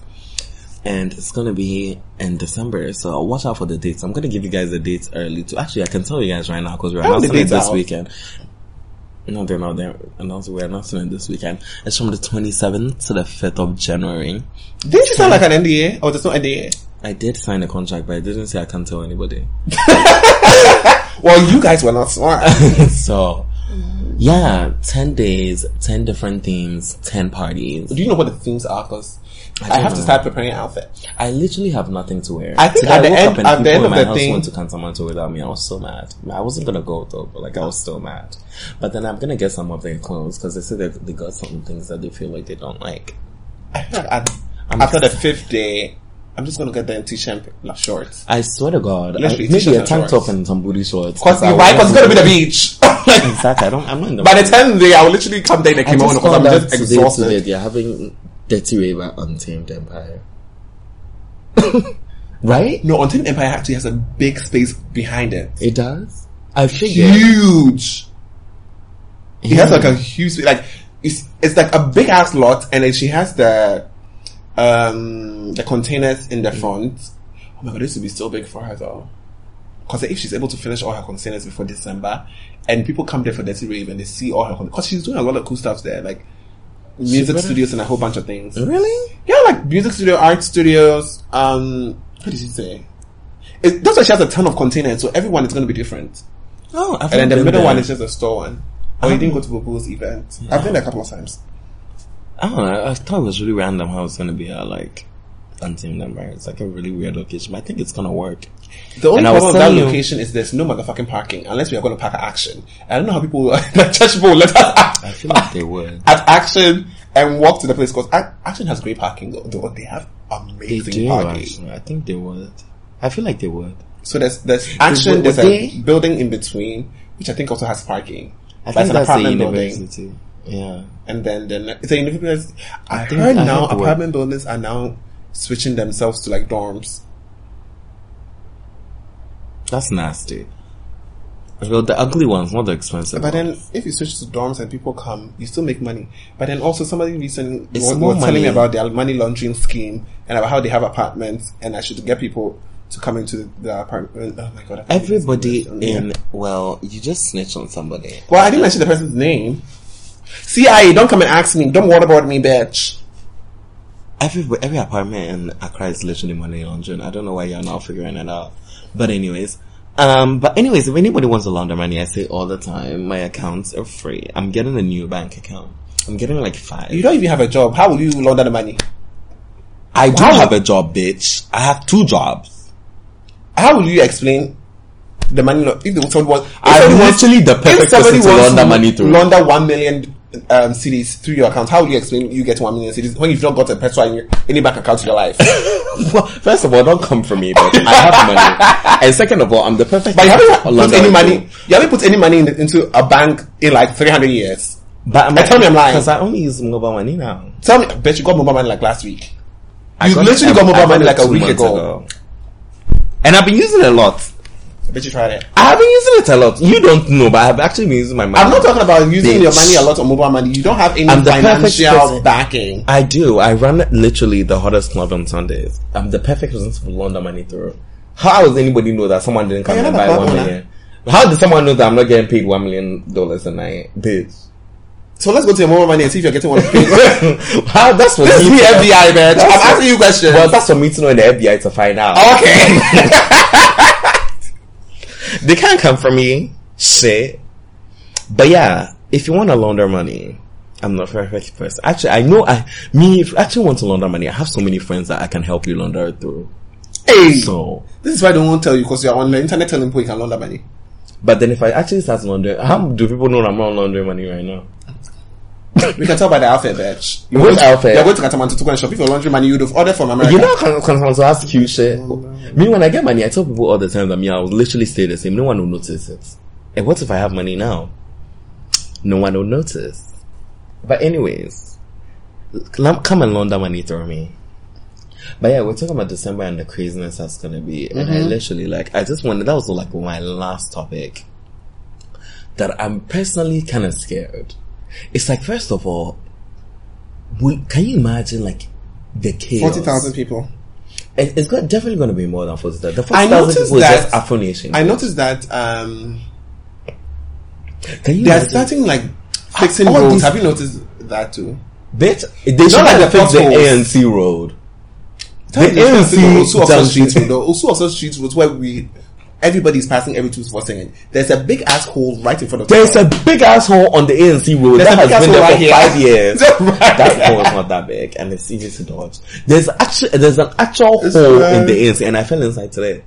And it's gonna be in December, so watch out for the dates. I'm gonna give you guys the dates early too. Actually, I can tell you guys right now because we're Oh, the announcing it dates this out. weekend. No, they're not. They're announcing. We're announcing it this weekend. It's from the 27th to the 5th of January. Didn't you sound like an NDA? Oh, there's no NDA. I did sign a contract, but I didn't say I can't tell anybody. Well, you guys were not smart. so, yeah, 10 days, 10 different themes, 10 parties. Do you know what the themes are? Because I, don't have to know. start preparing an outfit. I literally have nothing to wear. I think Today at the woke end- up and at the end people in of my the house thing- went to Cantamanto without me. I was so mad. I wasn't gonna go though, but like I was still mad. But then I'm gonna get some of their clothes because they said they, they got some things that they feel like they don't like. I feel like at- I'm after the just- fifth day, I'm just gonna get them t-shirt and like, shorts. I swear to God, I, Literally, maybe t-shirts a and tank shorts. top and some booty shorts. Cause I you right? Cause it's gonna be the wouldn't- beach. Like, Exactly. I don't. I'm not in the. By the tenth day, I will literally come there in a I kimono just because I'm found out just today, today exhausted. they're having Dirty Raver Untamed Empire. right? No, Untamed Empire actually has a big space behind it. It does. I figured. Huge. It has Yeah. like a huge spa- like it's it's like a big ass lot, and then she has the um the containers in the front. Oh my god, this would be so big for her though. Because if she's able to finish all her containers before December, and people come there for Dirty Rave and they see all her because she's doing a lot of cool stuff there, like music better- studios and a whole bunch of things. Really? Yeah, like music studio, art studios. Um, what did she say? It, that's why she has a ton of containers, so everyone is going to be different. Oh, I've And then the been middle there. one is just a store one. Oh, you didn't go to Bubu's event? I've been there a couple of times. I don't know. I thought it was really random how it's gonna be a like untamed empire. It's like a really weird location, but I think it's gonna work. The only And I was problem with that telling you- location is there's no motherfucking parking unless we are going to park at Action. I don't know how people, the church people will let us I at, feel like they would. at Action and walk to the place because Action has great parking though. though. They have They amazing do. parking. Actually. I think they would. I feel like they would. So there's there's Action. would There's they- a building in between which I think also has parking. But I it's think an that's a apartment building. university. Yeah. and then then it's a university. I, think heard I now heard the word. apartment buildings are now switching themselves to like dorms. That's nasty. Well, the ugly ones, not the expensive. But ones. then if you switch to dorms and people come, you still make money. But then also somebody recently It's was, more was telling me money. about their money laundering scheme and about how they have apartments and I should get people to come into the, the apartment. Oh my god! I can't believe this everybody conversation. Yeah. in well, you just snitch on somebody. Well, I didn't mention the person's name. CIA, don't come and ask me. Don't waterboard me, bitch. Every every apartment in Accra is literally money laundering. I don't know why you're not figuring it out. But anyways, um, but anyways, if anybody wants to launder money, I say all the time, my accounts are free. I'm getting a new bank account. I'm getting like five. You don't even have a job. How will you launder the money? I do Wow. have a job, bitch. I have two jobs. How will you explain the money? laun- If someone was, if I'm somebody wants- literally the perfect if somebody person to wants launder money through. launder one million um, cities through your account, how will you explain you get one million cities when you've not got a petrol in your, any bank account in your life? well, first of all, don't come for me, bitch. I have money. And second of all, I'm the perfect. but you haven't person to put launder any money money. through. You haven't put any money in, into a bank in like three hundred years. But I'm And tell me I'm lying. because I only use mobile money now. Tell me, bet you got mobile money like last week. I You literally I- got mobile I got money it like a two week months ago. and I've been using it a lot. Bet you tried it. I have been using it a lot. You don't know, but I've actually been using my money. I'm not talking about using Bitch. your money a lot on mobile money. You don't have any I'm the perfect financial person. backing. I do. I run literally the hottest club on Sundays. I'm the perfect person to launder money through. How does anybody know that someone didn't come You're and not a buy club one owner. million? How does someone know that I'm not getting paid one million dollars a night, bitch? So let's go to your mobile money and see if you're getting one. this How that's for is me. the to- FBI, bitch. I'm asking you questions. Well, that's for me to know in the FBI to find out. Okay. They can't come for me. Shit. But yeah, if you want to launder money, I'm not a perfect person. Actually, I know I, me, if you actually want to launder money, I have so many friends that I can help you launder it through. Hey, So, this is why they won't tell you because you're on the internet telling people you can launder money. but then if I actually start laundering, how do people know I'm not laundering money right now? We can tell by the outfit, bitch. You Which went to- outfit? You're going to Katamanto to go and shop. If you're laundry money, you'd have ordered from America. You know, I can not to ask cute shit. Me, when I get money, I tell people all the time that me, I will literally stay the same. No one will notice it. And what if I have money now? No one will notice. But anyways, l- come and launder money through me. But yeah, we're talking about December and the craziness that's gonna be. And I literally like, I just wanted, that was like my last topic. that I'm personally kind of scared. It's like, first of all, we, can you imagine like the chaos? 40,000 people. It, it's got, definitely going to be more than 40,000. The I 40,000 noticed people is that- just Afro Nation. I noticed that um, Can you they are imagine? starting like fixing all roads. these- Have you noticed that too? Bitch, they should like have the fixed the potholes. ANC road. The That is just the Osu ANC Oso Street Road. junction. The Osu Oso Street Road where we everybody's passing every two for second. There's a big ass hole right in front of There's a big asshole on the ANC road There's a that big has asshole been there for right here. five years. That's right. That hole is not that big and it's easy to dodge. There's actually there's an actual It's hole fine. in the ANC and I fell inside today.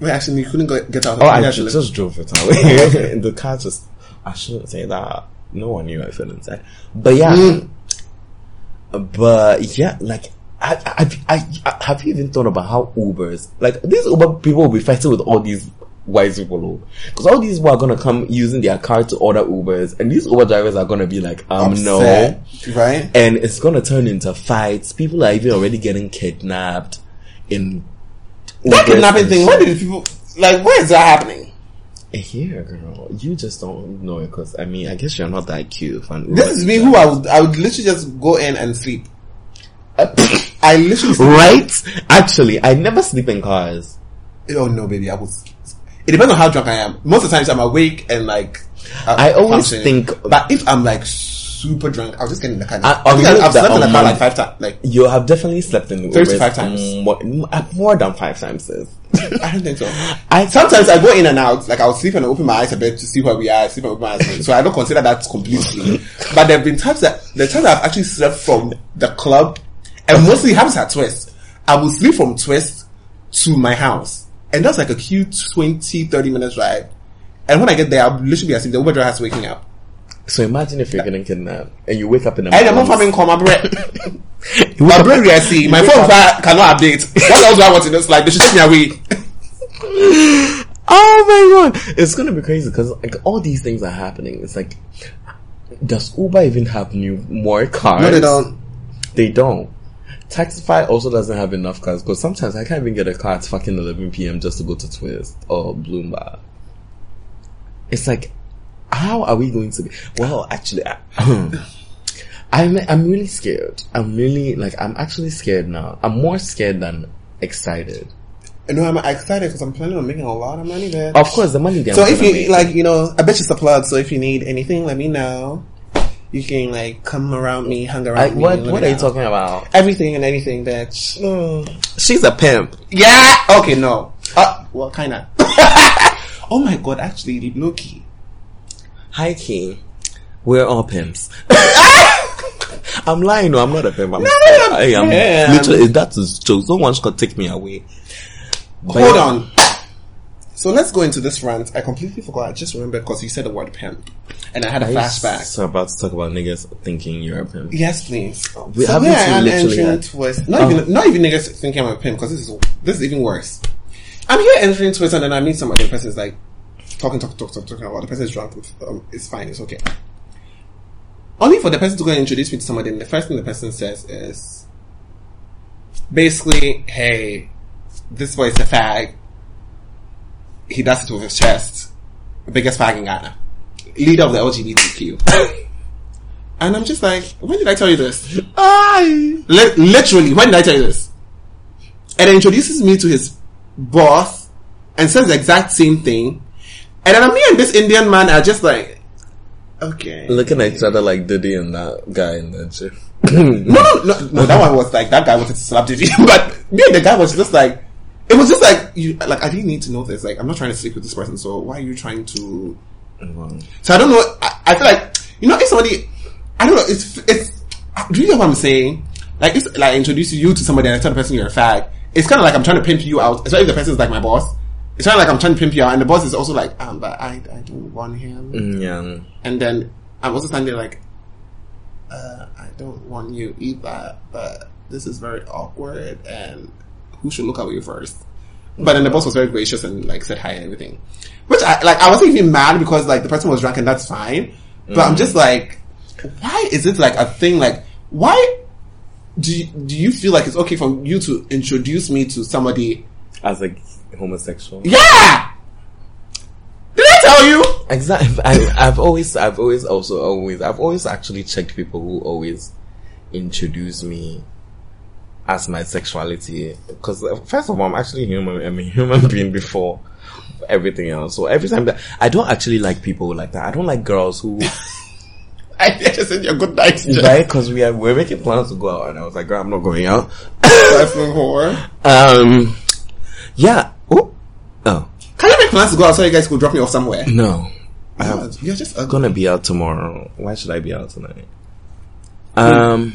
Wait, actually, you couldn't go, get out. Oh, I ju- actually. just, drove it away. the car just I shouldn't say that. No one knew I fell inside. But yeah, Mm. but yeah, like. I, I, I, I, have you even thought about how Ubers, like these Uber people will be fighting with all these wise people because all these people are going to come using their car to order Ubers and these Uber drivers are going to be like, um, no. Upset, right? And it's going to turn into fights. People are even already getting kidnapped in That Ubers kidnapping and thing. shit. Why did people like? Where is that happening? Here, girl, you just don't know it because I mean, I guess you're not that cute. If I'm This is me. Who I would I would literally just go in and sleep. I literally. Sleep. right? Actually, I never sleep in cars. Oh no, baby! I would. It depends on how drunk I am. Most of the times I'm awake and like. uh, I always functioning. think- But if I'm like super drunk, I'll just get in the car. and- I I- think I've I'll leave I've that slept in the on car my- like five times. Like You have definitely slept in the Thirty Ubers five times. more, uh, more than five times. Sis. I don't think so. I Sometimes I go in and out, like I'll sleep and open my eyes a bit to see where we are, sleep and open my eyes. again. So I don't consider that complete sleep. But there have been times that the times I've actually slept from the club, and mostly it happens at Twist. I will sleep from Twist to my house, and that's like a cute 20, 30 minutes drive. And when I get there, I'll literally be asleep. The Uber driver has waking up, so imagine if you're getting kidnapped and you wake up in the and I'm not morning. farming call my bread. You wake My up- bread, I see. My you phone wake up- cannot update. What else do I want to know? It's like they should take me away. Oh my god, it's gonna be crazy because like all these things are happening. It's like, does Uber even have new more cars? No, they don't. They don't. Taxify also doesn't have enough cars because sometimes I can't even get a car at fucking 11 p.m. just to go to Twist or Bloomberg. It's like, how are we going to be? Well, actually, I, I'm, I'm really scared. I'm really, like, I'm actually scared now. I'm more scared than excited. No, I'm excited because I'm planning on making a lot of money there. Of course, the money they're So if gonna you make. like, you know, I bet you it's a plug. So if you need anything, let me know. You can like come around me, hang around Like, me. what, let me what are you know. talking about? Everything and anything, bitch. Mm. She's a pimp. Yeah. Okay. No. Uh, well, kind of. oh my god! Actually, Loki. Hi, Key. We're all pimps. I'm lying. No, I'm not a pimp. I'm you're a I am pimp. literally that is jokes. No one's gonna take me away. But Hold yeah, on. So let's go into this rant. I completely forgot. I just remembered because you said the word pimp, and I had a I was flashback. So about to talk about niggas thinking you're a pimp. Yes, please. We so haven't where I am literally entering had- twist. Not even not even niggas thinking I'm a pimp because this is this is even worse. I'm here entering twist and then I meet somebody. The person's like talking, talking, talking, talking, talking about the person's drunk. It's, um, it's fine. It's okay. Only for the person to go and introduce me to somebody, and the first thing the person says is basically, "Hey, this boy's a fag. He does it with his chest. Biggest fag in Ghana. Leader of the LGBTQ." And I'm just like, when did I tell you this? I Li- literally, when did I tell you this? And introduces me to his boss and says the exact same thing. And then me and this Indian man are just like, okay. looking at each other like Diddy and that guy in the gym. No, no, no, no, that one was like, that guy wanted to slap Diddy. But me and the guy was just like, it was just like, you, like, I didn't need to know this. Like, I'm not trying to sleep with this person, so why are you trying to So I don't know. I, I feel like you know if somebody, I don't know. It's it's. Do you know what I'm saying? Like it's like introducing you to somebody and I tell the person you're a fag. It's kind of like I'm trying to pimp you out, especially if the person's like my boss. It's kind of like I'm trying to pimp you out, and the boss is also like, um, but I I don't want him. Mm, yeah, And then I'm also standing there like, uh, I don't want you either, but this is very awkward, and who should look at you first? But then the boss was very gracious and like said hi and everything, which I like. I wasn't even mad because like the person was drunk and that's fine. But I'm just like, why is it like a thing? Like, why do you, do you feel like it's okay for you to introduce me to somebody? as a homosexual. Yeah. Did I tell you? Exactly. I, I've always, I've always also always, I've always actually checked people who always introduce me as my sexuality. Because first of all, I'm actually human. I'm a human being before everything else. So every time that I don't actually like people like that. I don't like girls who I just said you're good night, right because we are we're making plans to go out, and I was like, girl, I'm not going out. Wrestling whore. Um, yeah. Oh, oh Can I make plans to go out so you guys could drop me off somewhere? no. God, you're just I'm ugly. gonna be out tomorrow. Why should I be out tonight? Um.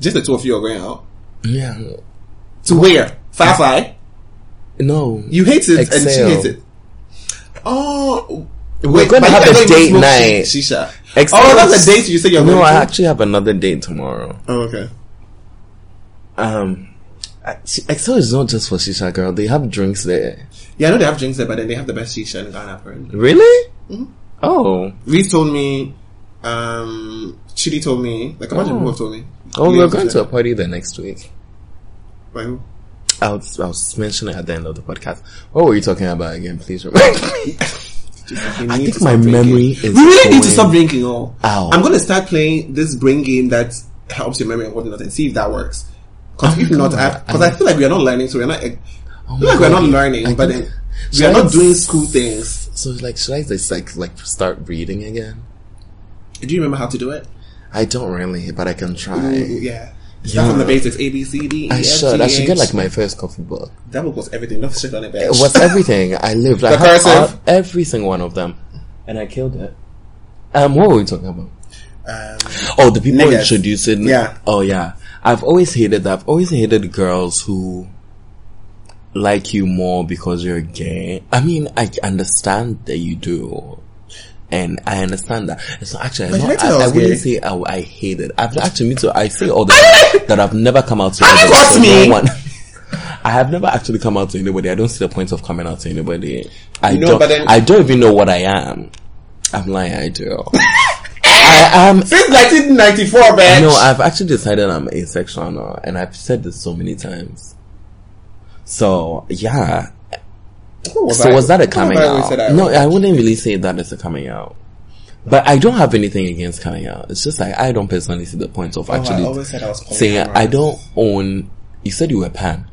Just the two of you are going out. Yeah. To where? Firefly? No. You hate it and she Excel. hates it. Oh. We're gonna but you have guys a don't even date smoke night. shi- Shisha. Excel. Oh, that's a date you said you're No, going I to. actually have another date tomorrow. Oh, okay. Um. I- Excel is not just for shisha girl. They have drinks there. Yeah, I know they have drinks there, but then they have the best shisha in Ghana, apparently. Really? Oh. Reed told me, um, Chidi told me, like a bunch of Oh. people have told me. Oh, we're Liam going said- to a party the next week. By who? I'll, I'll mention it at the end of the podcast. What were you talking about again? Please remind me. I need think to my stop drinking. memory is. We really need to going- stop drinking. Oh, Ow. I'm gonna start playing this brain game that helps your memory and whatnot, and see if that works. Because if not, because I, feel like we are not learning, so we're not. eh, Oh feel my like we're God. not learning, I but think- then we Should are I not s- doing school things. So like, should I just like like start reading again? Do you remember how to do it? I don't really, but I can try. Yeah. Start from the basics: A, B, C, D, E, I F, should. G, I should get H. like my first coffee book. That book was everything. Not shit on it. It was everything. I lived. I The had all- cursive? every single one of them, and I killed it. Um, what were we talking about? Um, Oh, the people Niggas. introducing. Yeah. Oh yeah. I've always hated that. I've always hated girls who like you more because you're gay. I mean, I understand that you do. And I understand that. And so actually, But I'm you not, didn't tell I, I us, wouldn't really. say I, I hate it. I've actually me too. I say all the time that I've never come out to anybody. got so me. no one- I have never actually come out to anybody. I don't see the point of coming out to anybody. I You know, don't. but then- I don't even know what I am. I'm lying. I do. I am since 1994, bitch. no, I've actually decided I'm asexual now, and I've said this so many times. So yeah. Who was so I? was that a Who coming have I always out? said I no, was? I wouldn't really say that is a coming out. But I don't have anything against coming out. It's just like I don't personally see the point of Oh, I actually always said I was polyamorous. saying I don't own. You said you were pan.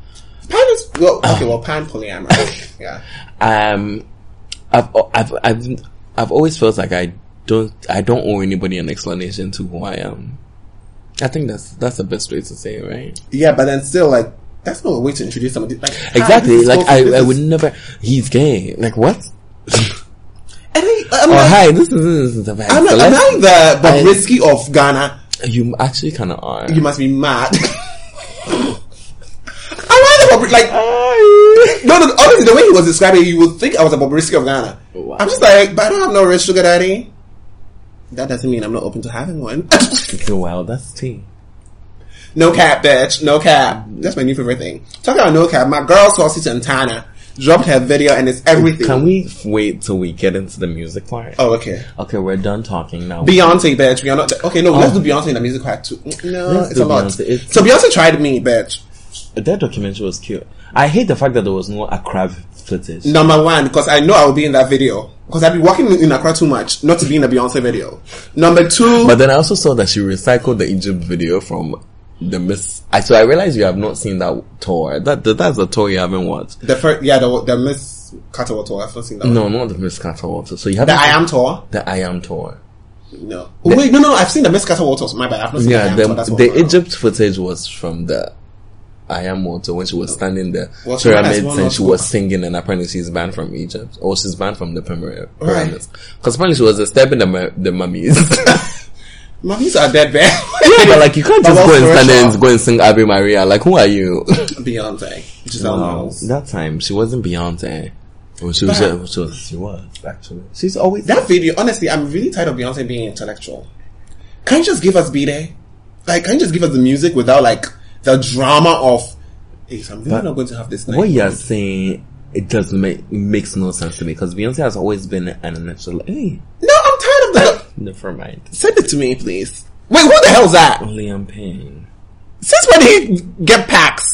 Pan is well, Ah. okay. Well, pan polyamorous. yeah. Um, I've I've I've I've always felt like I don't I don't owe anybody an explanation to who I am. I think that's that's the best way to say it, right? Yeah, but then still, like, that's not a way to introduce somebody. Like, Exactly. hi, this is Like Sophie, I, I this would is- never. He's gay. Like what? And then, I'm Oh like, hi. This is this is the vibe. I'm So like, let's- I'm the I- Bobrisky of Ghana. You actually kind of are. You must be mad. I'm not the Bobrisky. Like, no, no, no, honestly, the way he was describing, it, you would think I was a Bobrisky of Ghana. Oh, Wow. I'm just like, but I don't have no real sugar daddy. That doesn't mean I'm not open to having one. Wow, that's tea. No cap, bitch. No cap. That's my new favorite thing. Talking about no cap, my girl Saucy Santana dropped her video and it's everything. Can we f- wait till we get into the music part? Oh, okay. Okay, we're done talking now. Beyonce, bitch. We are not. Okay, no, let's do Beyonce in the music part too. Mm, No, Oh. Let's it's a do lot. Beyonce. It's- so Beyonce tried me, bitch. that documentary was cute. I hate the fact that there was no Accra footage. Number one, because I know I will be in that video. Because I've been walking in Accra too much not to be in a Beyonce video. Number two, But then I also saw that she recycled the Egypt video from the Miss. I, so I realized you have not seen that tour. That, that that's a tour you haven't watched. the first, yeah, the, the Miss Catawba tour. I've not seen that. one. No, not the Miss Carter Walter. So you have The I Am tour. the I Am tour. No. Oh, wait, no, no, I've seen the Miss Catawba tour. so My bad. I've not seen the I Yeah, Am the, tour. That's what the I'm talking about. Egypt footage was from the I Am Water when she was standing there Well, she has pyramids one and or she two. was singing and apparently she's banned from Egypt or she's banned from the pyra- Right. pyramids because apparently she was disturbing the mu- the mummies. Mummies are dead, man. but like you can't But just go what's and for stand there sure? and go and sing Ave Maria. Like who are you? Um, Beyonce. Giselle Knowles. that time she wasn't Beyonce. Well, she was, But- she was she was actually she's always That video, honestly, I'm really tired of Beyonce being intellectual. Can you just give us B Day? Like, can you just give us the music without, like, the drama of, hey, so I'm really But- not going to have this night. What you're saying, it doesn't make makes no sense to me because Beyonce has always been an natural. Hey, No, I'm tired of that. never mind. Send it to me, please. Wait, who the hell's that? Liam Payne. Since when did he get packs?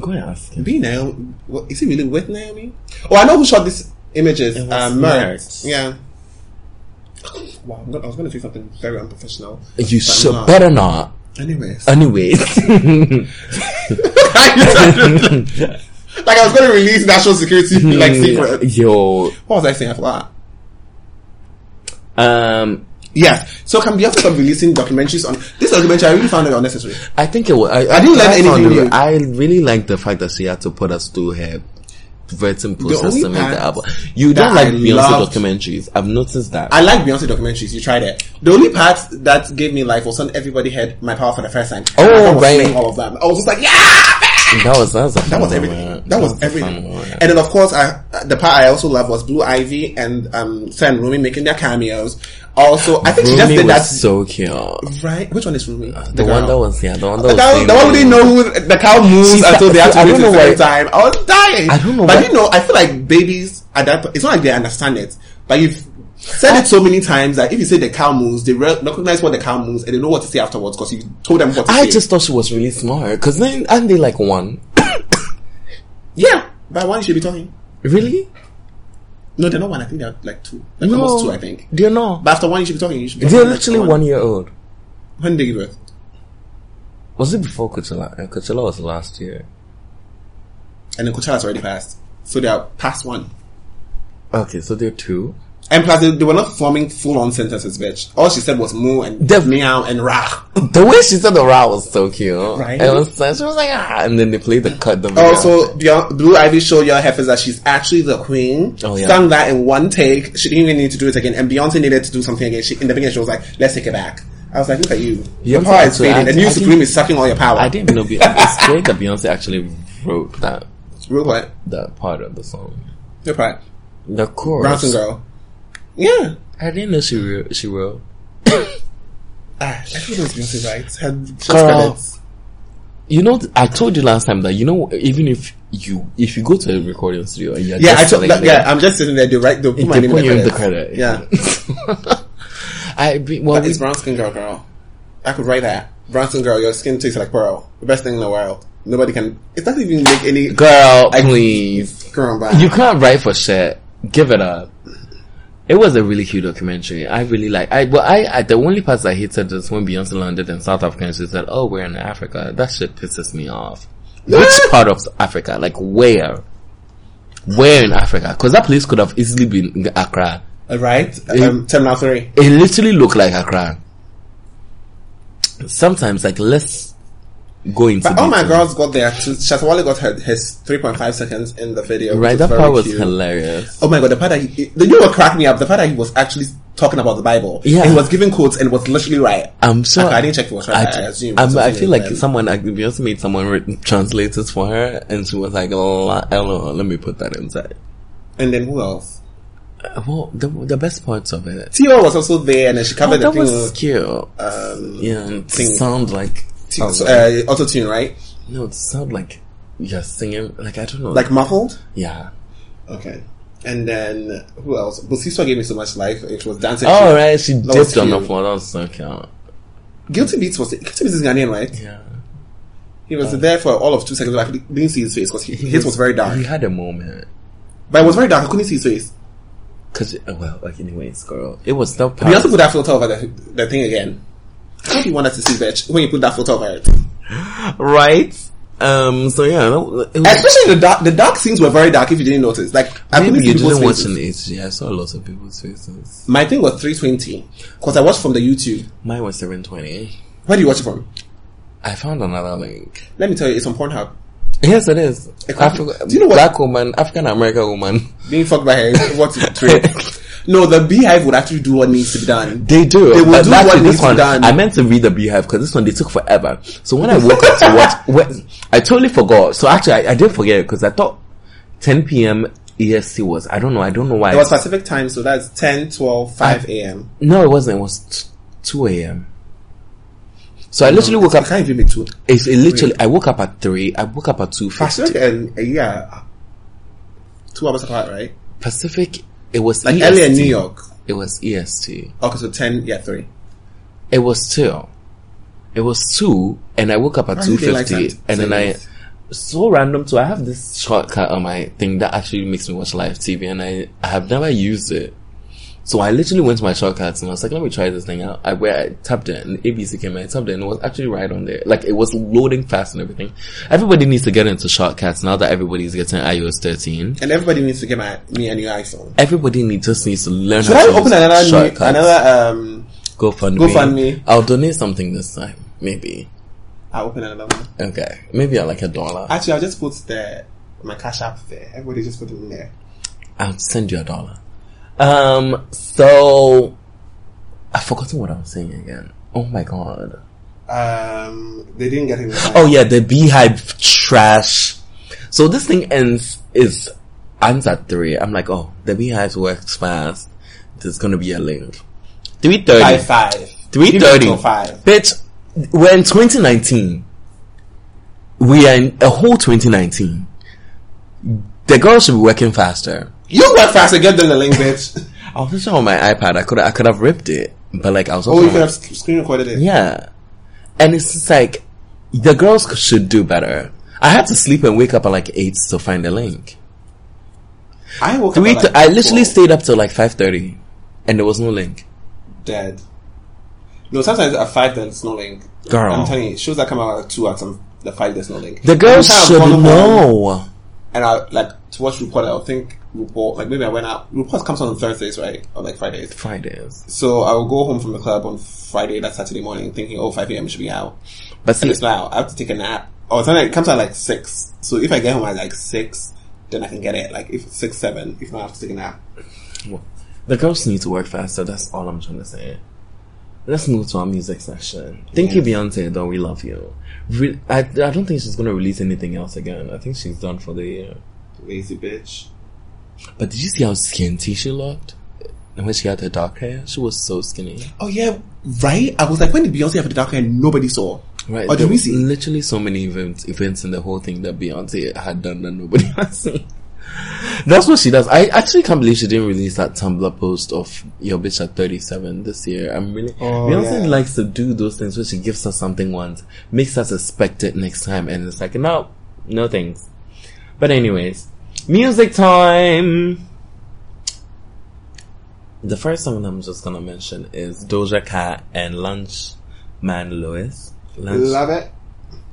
Go and ask him. B Naomi, what, is he really with Naomi? Oh, I know who shot this. images. It was Um, Mert. Mert. Yeah. Wow, I'm gonna, I was going to say something very unprofessional. You but I'm should not. better not. Anyways, Anyways, like I was going to release national security like secret. yo, What was I saying after that? um, Yes. So can Beyonce stop releasing documentaries on this documentary? I really found it unnecessary. I think it was. I, I didn't learn found anything it- new. I really like the fact that she had to put us through her vetting process only to make part the album. You that don't like I Beyonce loved- documentaries. I've noticed that. I like Beyonce documentaries. You tried it. The only part that gave me life was when everybody heard my power for the first time. Oh, And I was right. playing All of them. I was just like, yeah. that was that was, a fun That was moment. everything. That was a everything. fun moment. And then, of course, I, the part I also love was Blue Ivy and um, San Rumi making their cameos. Also, I think she just Rumi did was that. so cute. The, right? Which one is Rumi? girl. one that was yeah, the one that The was one- saying- the one who didn't know who the cow moves She's- until they have I to don't wait know the why- same time. I was dying. I don't know But why- you know, I feel like babies at that. It's not like they understand it, but you've said it so many times that if you say the cow moves, they re- recognize what the cow moves and they know what to say afterwards because you told them what to I say. just thought she was really smart because then aren't they like one? yeah. But one you should be talking. Really? No, they're not one. I think they're like two, like No. almost two. I think. They're not. But after one, you should be talking. You should be talking They're like literally one year old. When did they give birth? Was it before Coachella? Uh, Coachella was last year. And then Coachella's already passed, so they are past one. Okay, so they're two. And plus, they, they were not forming full-on sentences, bitch. All she said was "moo" and Def- "meow" and "rah." The way she said the route was so cute. Right? It was such, she was like, ah, and then they played the cut. Oh, The video. Also, Beyond- Blue Ivy showed your heifers that she's actually the queen. Oh, yeah. Sung that in one take. She didn't even need to do it again. And Beyonce needed to do something again. She, in the beginning, she was like, let's take it back. I was like, look at you. Your Beyonce power is actually- fading. I- The new I Supreme didn't- is sucking all your power. I didn't know. Be- it's great that Beyonce actually wrote that Real what? that part of the song. Your part. The chorus. Bronson girl. Yeah. I didn't know she wrote. She wrote. Ah, I think it was Beyonce, right? Her just Girl. credits. You know, I told you last time that you know, even if you if you go to a recording studio, and you're Yeah, I just took, selling that, the- yeah, I'm just sitting there. They write, they put my they name put you in in the the credit. credit. Yeah. I be, well, But we, it's brown skin girl, girl. I could write that. Brown skin girl, your skin tastes like pearl. The best thing in the world. Nobody can. It doesn't even make any girl, please, girl by. you can't write for shit. Give it up. It was a really cute documentary. I really like. I well, I, I the only parts I hated is when Beyonce landed in South Africa and she said, "Oh, we're in Africa." That shit pisses me off. Which part of Africa? Like where? Where in Africa? Because that place could have easily been Accra. All right. Um, Terminal three. It literally looked like Accra. Sometimes, like, let's go into. But all my detail. girls got there. Shatawale got her his three point five seconds in the video. Right, which that very part was cute. hilarious. Oh my god, the part that he, the you know what cracked me up. The part that he was actually talking about the Bible. Yeah. And he was giving quotes and was literally right. I'm sure. Okay, I didn't check for sure. I, I assume. I'm- I feel like Um, someone, like, Beyonce made someone re- translate it for her, and she was like, "La- "Hello, let me put that inside." And then who else? Uh, Well, the, the best parts of it. Tio was also there, and then she Oh, covered the that thing. was with cute. um, yeah, and to thing. sound like uh, auto tune, right? no, to sound like you're singing. Like I don't know. Like muffled. yeah. Okay. And then who else? Busiswa gave me so much life. It was dancing. All right, she was dipped on the cute. floor. That was so cute. Guilty Beats was Guilty Beats is Ghanaian, right? Yeah. He was there for all of two seconds. but I didn't see his face because his was very dark. We had a moment. But it was very dark. I couldn't see his face. Cause uh, well, like anyways, girl, it was that You part. have to put that filter over the, the thing again. How do you want us to see bitch when you put that filter over it? right? Um. So yeah, that, it was, Especially the dark. The dark scenes were very dark. If you didn't notice, like I couldn't maybe see you people's didn't watch faces. an HD. I saw lots of people's faces. My thing was 320 because I watched from the YouTube. Mine was seven twenty. Where do you watch it from? I found another link. Let me tell you, it's on Pornhub. Yes, it is. It could- Afri- Do you know what- Black woman, African American woman. Being fucked by her. What's it? Three. No, the beehive would actually do what needs to be done. They do. They will but do that's what this needs one. done. I meant to read the beehive because this one they took forever. So when I woke up to watch, when, I totally forgot. So actually, I, I didn't forget because I thought 10 p.m. EST E was. I don't know. I don't know why. It was Pacific time, so that's 10, 12, 5 a.m. No, it wasn't. It was t- 2 a.m. So I literally woke I up. can't even be two. It's it literally. I woke up at three. I woke up at two Pacific fifty. and uh, yeah, two hours apart, right? Pacific. It was Like EST. earlier in New York. It was E EST. Okay, so ten, yeah, three. It was two. It was two, and I woke up at Why two do they fifty, like that? and then I, Serious. so random too. I have this shortcut on my thing that actually makes me watch live TV, and I, I have never used it. So I literally went to my shortcuts and I was like, let me try this thing out. I where I tapped it and ABC came and I tapped it and it was actually right on there. Like it was loading fast and everything. Everybody needs to get into shortcuts now that everybody's getting iOS 13. And everybody needs to get my me a new iPhone. Everybody need, just needs to learn Should I open another new, another um? GoFundMe. GoFundMe? I'll donate something this time. Maybe. I will open another one. Okay. Maybe at like a dollar. Actually, I'll just put the my cash app there. Everybody just put it in there. I'll send you a dollar. Um, so I've forgotten what I was saying again. Oh my god. Um, they didn't get it. Right. Oh yeah, the beehive trash. So this thing ends is ends at three. I'm like, oh, the beehive works fast. There's gonna be a link. Three By thirty. five. Three thirty. Give it till Five. Bitch, we're in 2019. We are in a whole 2019. The girls should be working faster. You work faster. Get them the link, bitch. I was just Oh, on my iPad. I could I could have ripped it, but like I was. oh, also you on could my- have sc- screen recorded it. Yeah. And it's just like, the girls c- should do better. I had to sleep and wake up at like 8 to find a link. I woke Three up. to, at, I like, literally four. stayed up till like 5.30 and there was no link. dead. No, sometimes at five there's no link. Girl. I'm telling you, shows that come out at two at some the five there's no link. The girls Every time I should follow one, know. And I like to watch report. I'll think report. Like maybe I went out. Report comes on Thursdays, right, or like Fridays. Fridays. So I will go home from the club on Friday, that Saturday morning, thinking, oh, 5 a.m. should be out. But And see, it's not out. I have to take a nap. Oh, sometimes it comes out like 6. So if I get home at like 6, then I can get it. Like if it's 6, 7, if not, I have to take a nap. the girls need to work faster. That's all I'm trying to say. Let's move to our music section. Thank you, Beyonce, though. We love you. Re- I, I don't think she's going to release anything else again. I think she's done for the year. Lazy bitch. But did you see how skinty she looked? And when she had her dark hair, she was so skinny. Oh, yeah, right? I was like, when did Beyonce have the dark hair and nobody saw? Right. Or there Oh, did we was see? literally so many events, events in the whole thing that Beyonce had done that nobody has seen. That's what she does. I actually can't believe she didn't release that Tumblr post of your bitch at 37 this year. I'm really, Beyonce Oh, yeah. likes to do those things where she gives us something once, makes us expect it next time, and it's like, no, no thanks. But anyways, music time! The first song that I'm just gonna mention is Doja Cat and Lunch Man Lewis. Lunch- Love it.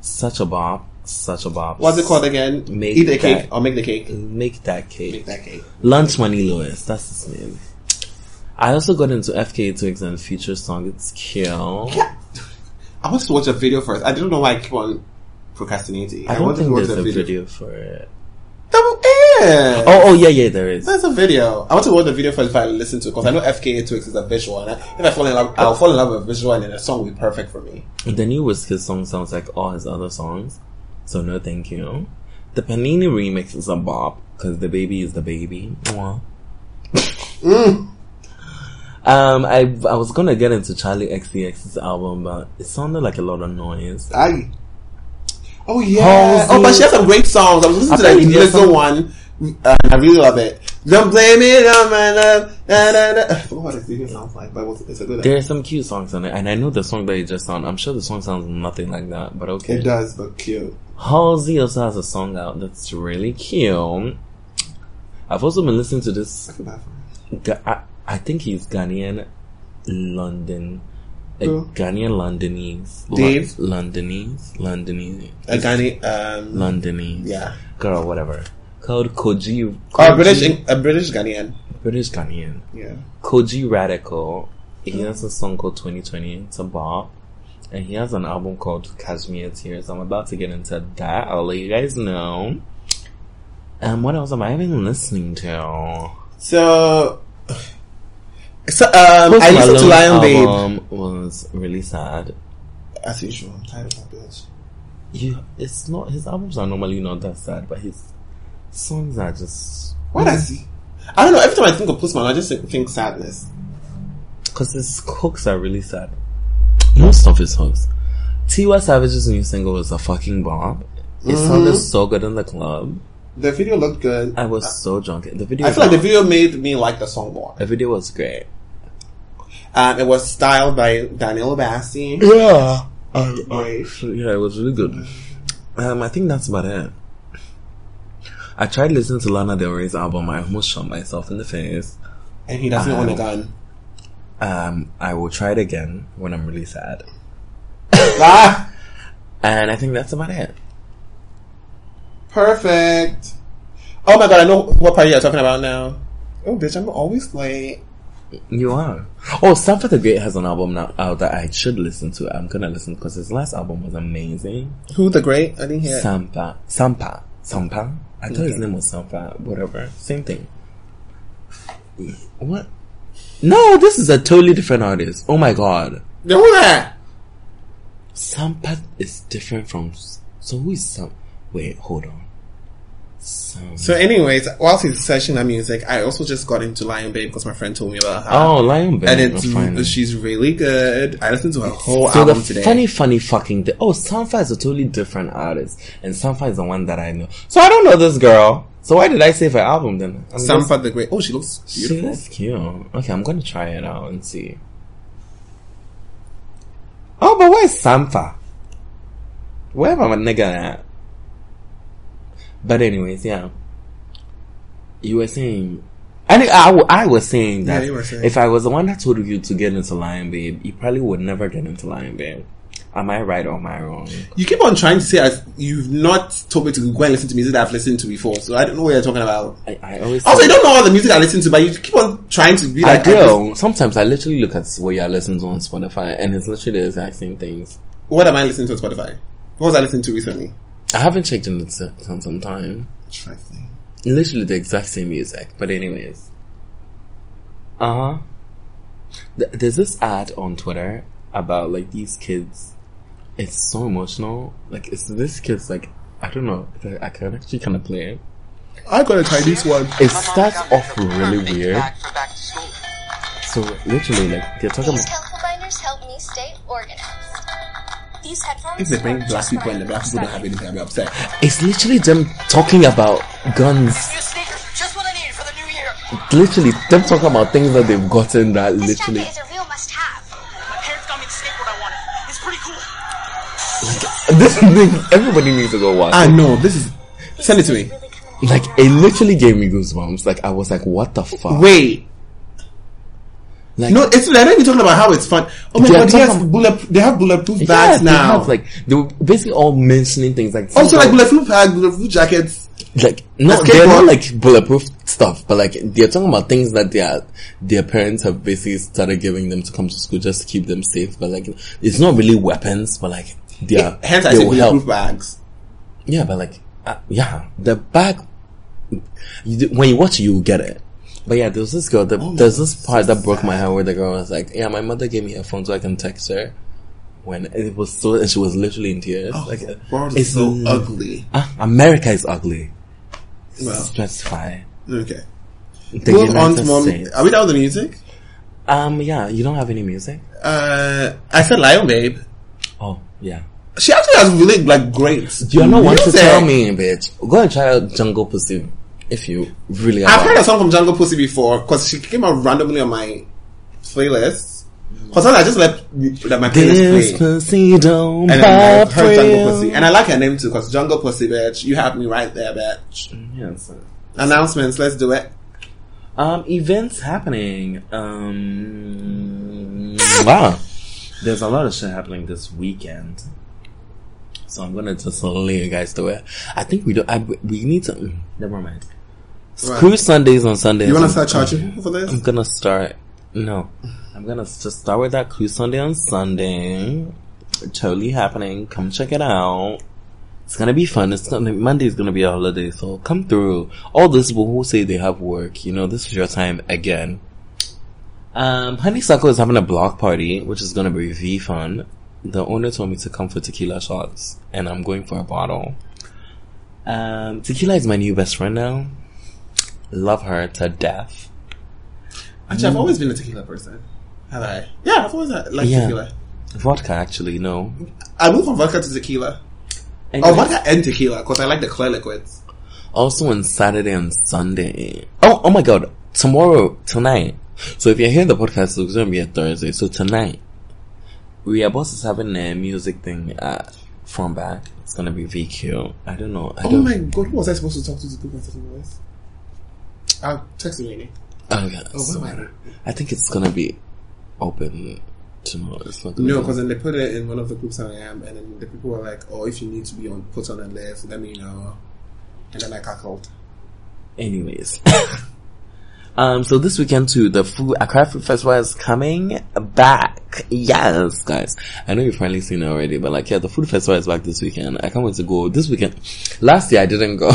such a bomb. Such a bomb. What's it called again? Make Eat the that- cake or make the cake? Make that cake. Make that cake. Lunch Money Lewis. That's his name. I also got into FK Twigs and Future song. It's kill. I wanted to watch a video first. I don't know why I keep on procrastinating. I don't wanted think to watch there's a video for it. Double air! Oh, oh yeah, yeah, there is. There's a video. I want to watch the video first before I listen to it because I know FKA Twix is a visual, and I, if I fall in love, I'll fall in love with a visual, and then a song will be perfect for me. The new Wizkid song sounds like all his other songs, so no thank you. The Panini remix is a bop, because the baby is the baby. Mwah. um, I I was gonna get into Charlie XCX's album, but it sounded like a lot of noise. I. Oh yeah. Halsey. Oh, but she has some great songs. I was listening to that Apparently there's little some- one. Uh, I really love it. Don't blame it on my love. Da, da, da. I forgot what it even sounds like, but it was- it's a good. There are some cute songs on it, and I know the song that you just sound. I'm sure the song sounds nothing like that, but okay. It does, but cute. Halsey also has a song out that's really cute. I've also been listening to this I feel bad for her. Ga- I, I think he's Ghanaian, London, a Who? Ghanaian Londonese, Lo- Dave? Londonese, Londonese, A Ghani, um, Londonese, yeah, girl, whatever, called Koji, or Koji- a British, a British Ghanaian. British Ghanaian, Yeah. Koji Radical. Hmm. He has a song called 2020. It's a bop. And he has an album called Cashmere Tears. I'm about to get into that. I'll let you guys know. And what else am I even listening to? So. So um, I listened to Lion Babe. album was really sad. As usual, I'm tired of that bitch. you it's not his albums are normally not that sad, but his songs are just What does he? I don't know. Every time I think of Postman, I just think, think sadness. because his hooks are really sad. Most of his hooks. Tiwa Savage's new single was a fucking bomb. It Mm-hmm. sounded so good in the club. The video looked good. I was so drunk. The video, I feel like the video made me like the song more. the video was great. Um, it was styled by Daniel Bassi. Yeah, Right. yeah, it was really good. Um, I think that's about it. I tried listening to Lana Del Rey's album. I almost shot myself in the face. And he doesn't own a gun. Um, I will try it again when I'm really sad. Ah, And I think that's about it. perfect. Oh my god, I know what party you're talking about now. Oh, bitch, I'm always late. You are. Oh, Stanford the Great has an album now out that I should listen to. I'm gonna listen because his last album was amazing. Who the great? I didn't hear. it. Sampa. Sampa. Sampa? I thought his name was Sampa. Whatever. Same thing. What? No, this is a totally different artist. Oh my god. Then who that? Sampa is different from. So who is Sam? Wait, hold on. Sam. So, anyways, whilst he's searching that music, I also just got into Lion Babe because my friend told me about her. oh, Lion Band. and oh, finally. it's she's really good. I listened to her whole So the album today. funny, funny fucking thing. Oh, Sanfa is a totally different artist, and Sanfa is the one that I know. So I don't know this girl. So why did I save her album then? I'm Some just- part the great. Oh, she looks she beautiful. looks cute. Okay, I'm gonna try it out and see. Oh, but where's Sanfa? Where am I, nigga at? But anyways, yeah. You were saying. I, think I, w- I was saying that Yeah, you were saying. if I was the one that told you to get into Lion Babe, you probably would never get into Lion Babe. Am I right or am I wrong? You keep on trying to say as you've not told me to go and listen to music that I've listened to before, so I don't know what you're talking about. I, I always. Also, I don't know all the music I listen to, but you keep on trying to be I like, just- do. Sometimes I literally look at what y'all listen to on Spotify, and it's literally the exact same things. What am I listening to on Spotify? What was I listening to recently? I haven't checked in some some time. Trifling. Literally the exact same music. But anyways, uh huh. Th- there's this ad on Twitter about like these kids. It's so emotional. Like it's this kid's like I don't know. I can actually kind of play it. I got a Chinese one. It starts off really weird. So literally, like they're talking These about. cocoa binders help me stay organized. These headphones. If they bring are black just people right and the black people don't have anything, I'll be upset. It's literally them talking about guns. Sneakers, just what I need for the new year. literally them talking about things that they've gotten that This literally jacket is a real must-have. My parents got me the skateboard I wanted. It's pretty cool. this thing everybody needs to go watch. I know, Ah, this is. Send it to me. like it literally gave me goosebumps. Like I was like, what the fuck? Wait. like, No, it's they're not even talking about how it's fun. Oh my They're god, yes, talking- bullet, they have bulletproof yeah, bags they now. have, like they were basically all mentioning things like also, like something- bulletproof bags, bulletproof jackets. like no, Escape they're not rope. like bulletproof stuff, but like they're talking about things that their their parents have basically started giving them to come to school just to keep them safe. But like it's not really weapons, but like they're Hence, I they say will help. bulletproof bags. Yeah, but like, uh, yeah, the back. You, d- when you watch it, you will get it. But yeah, there's this girl. The, Oh, there's this part that broke my heart where the girl was like, "Yeah, my mother gave me her phone so I can text her." When it was so, and she was literally in tears. Oh, like, uh, the world is so ugly. Ah, America is ugly. Well, Stressify. okay. The Move on to United mom. States. Are we done with the music? Um, yeah, you don't have any music. Uh, I said Lion Babe. Oh, yeah. She actually has really like great. You're not one to music. tell me, bitch. Go and try out Jungle Pussy if you really. I've are. heard a song from Jungle Pussy before because she came out randomly on my playlist. Because I just let, let my playlist This play. pussy don't And buy then I heard Jungle thrill. Pussy. And I like her name too because Jungle Pussy, bitch. You have me right there, bitch. Yes. Announcements, let's do it. Um, events happening. Um, wow. There's a lot of shit happening this weekend. So I'm gonna just lay you guys through it. I think we do. I, we need to. mm, Never mind. Screw Sundays on Sundays. You want to I'm- start charging people for I'm this? gonna start. No, I'm gonna s- just start with that Clue Sunday on Sunday. Totally happening. Come check it out. It's gonna be fun. It's gonna Monday's gonna be a holiday, so come through. All those people who say they have work, you know, this is your time again. Um, Honeysuckle is having a block party, which is gonna be v fun. The owner told me to come for tequila shots, and I'm going for a bottle. Um, tequila is my new best friend now. Love her to death. Actually, I've always been a tequila person. Have I? Yeah, I've always had, liked Yeah. tequila. Vodka, actually, no. I moved from vodka to tequila. Oh, Anyway, vodka and tequila because I like the clear liquids. Also on Saturday and Sunday. Oh, oh my god. Tomorrow, tonight. So if you're hearing the podcast, it's going to be a Thursday. So tonight, we are boss is having a music thing at uh, From Back. It's gonna be VQ. I don't know. I Oh don't. my god, who was I supposed to talk to to book my second voice? I'll text you later. Okay, Oh, what Oh so am I- I think it's gonna be open tomorrow. It's not gonna No, be- because then they put it in one of the groups I am, and then the people were like, "Oh, if you need to be on put on a list, let me know." And then I cackled. Anyways. um, so this weekend too, the food, Accra Food Festival is coming back. Yes, guys. I know you've finally seen it already, but like, yeah, the food festival is back this weekend. I can't wait to go this weekend. Last year I didn't go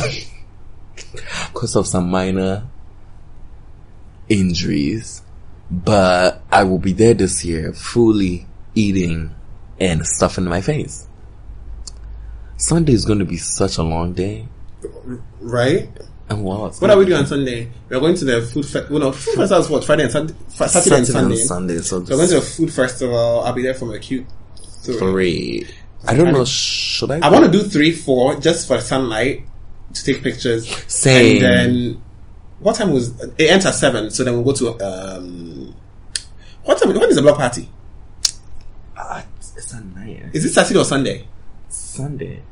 because of some minor injuries, but I will be there this year fully eating and stuffing my face. Sunday is going to be such a long day. Right? And wow, it's What gonna are we be- doing on Sunday? We're going to the food festival. Well, no, food festival is what Friday and Sunday, Fri- Saturday, and Sunday. so So we're going to the food festival. I'll be there from a cute three. three. I don't know. Should I? I want to do three, four, just for sunlight to take pictures. And Same. then what time was it? Ends at seven, so then we'll go to um. What time? When is the block party? Ah, it's it's a night. It's Is it Saturday or Sunday? Sunday.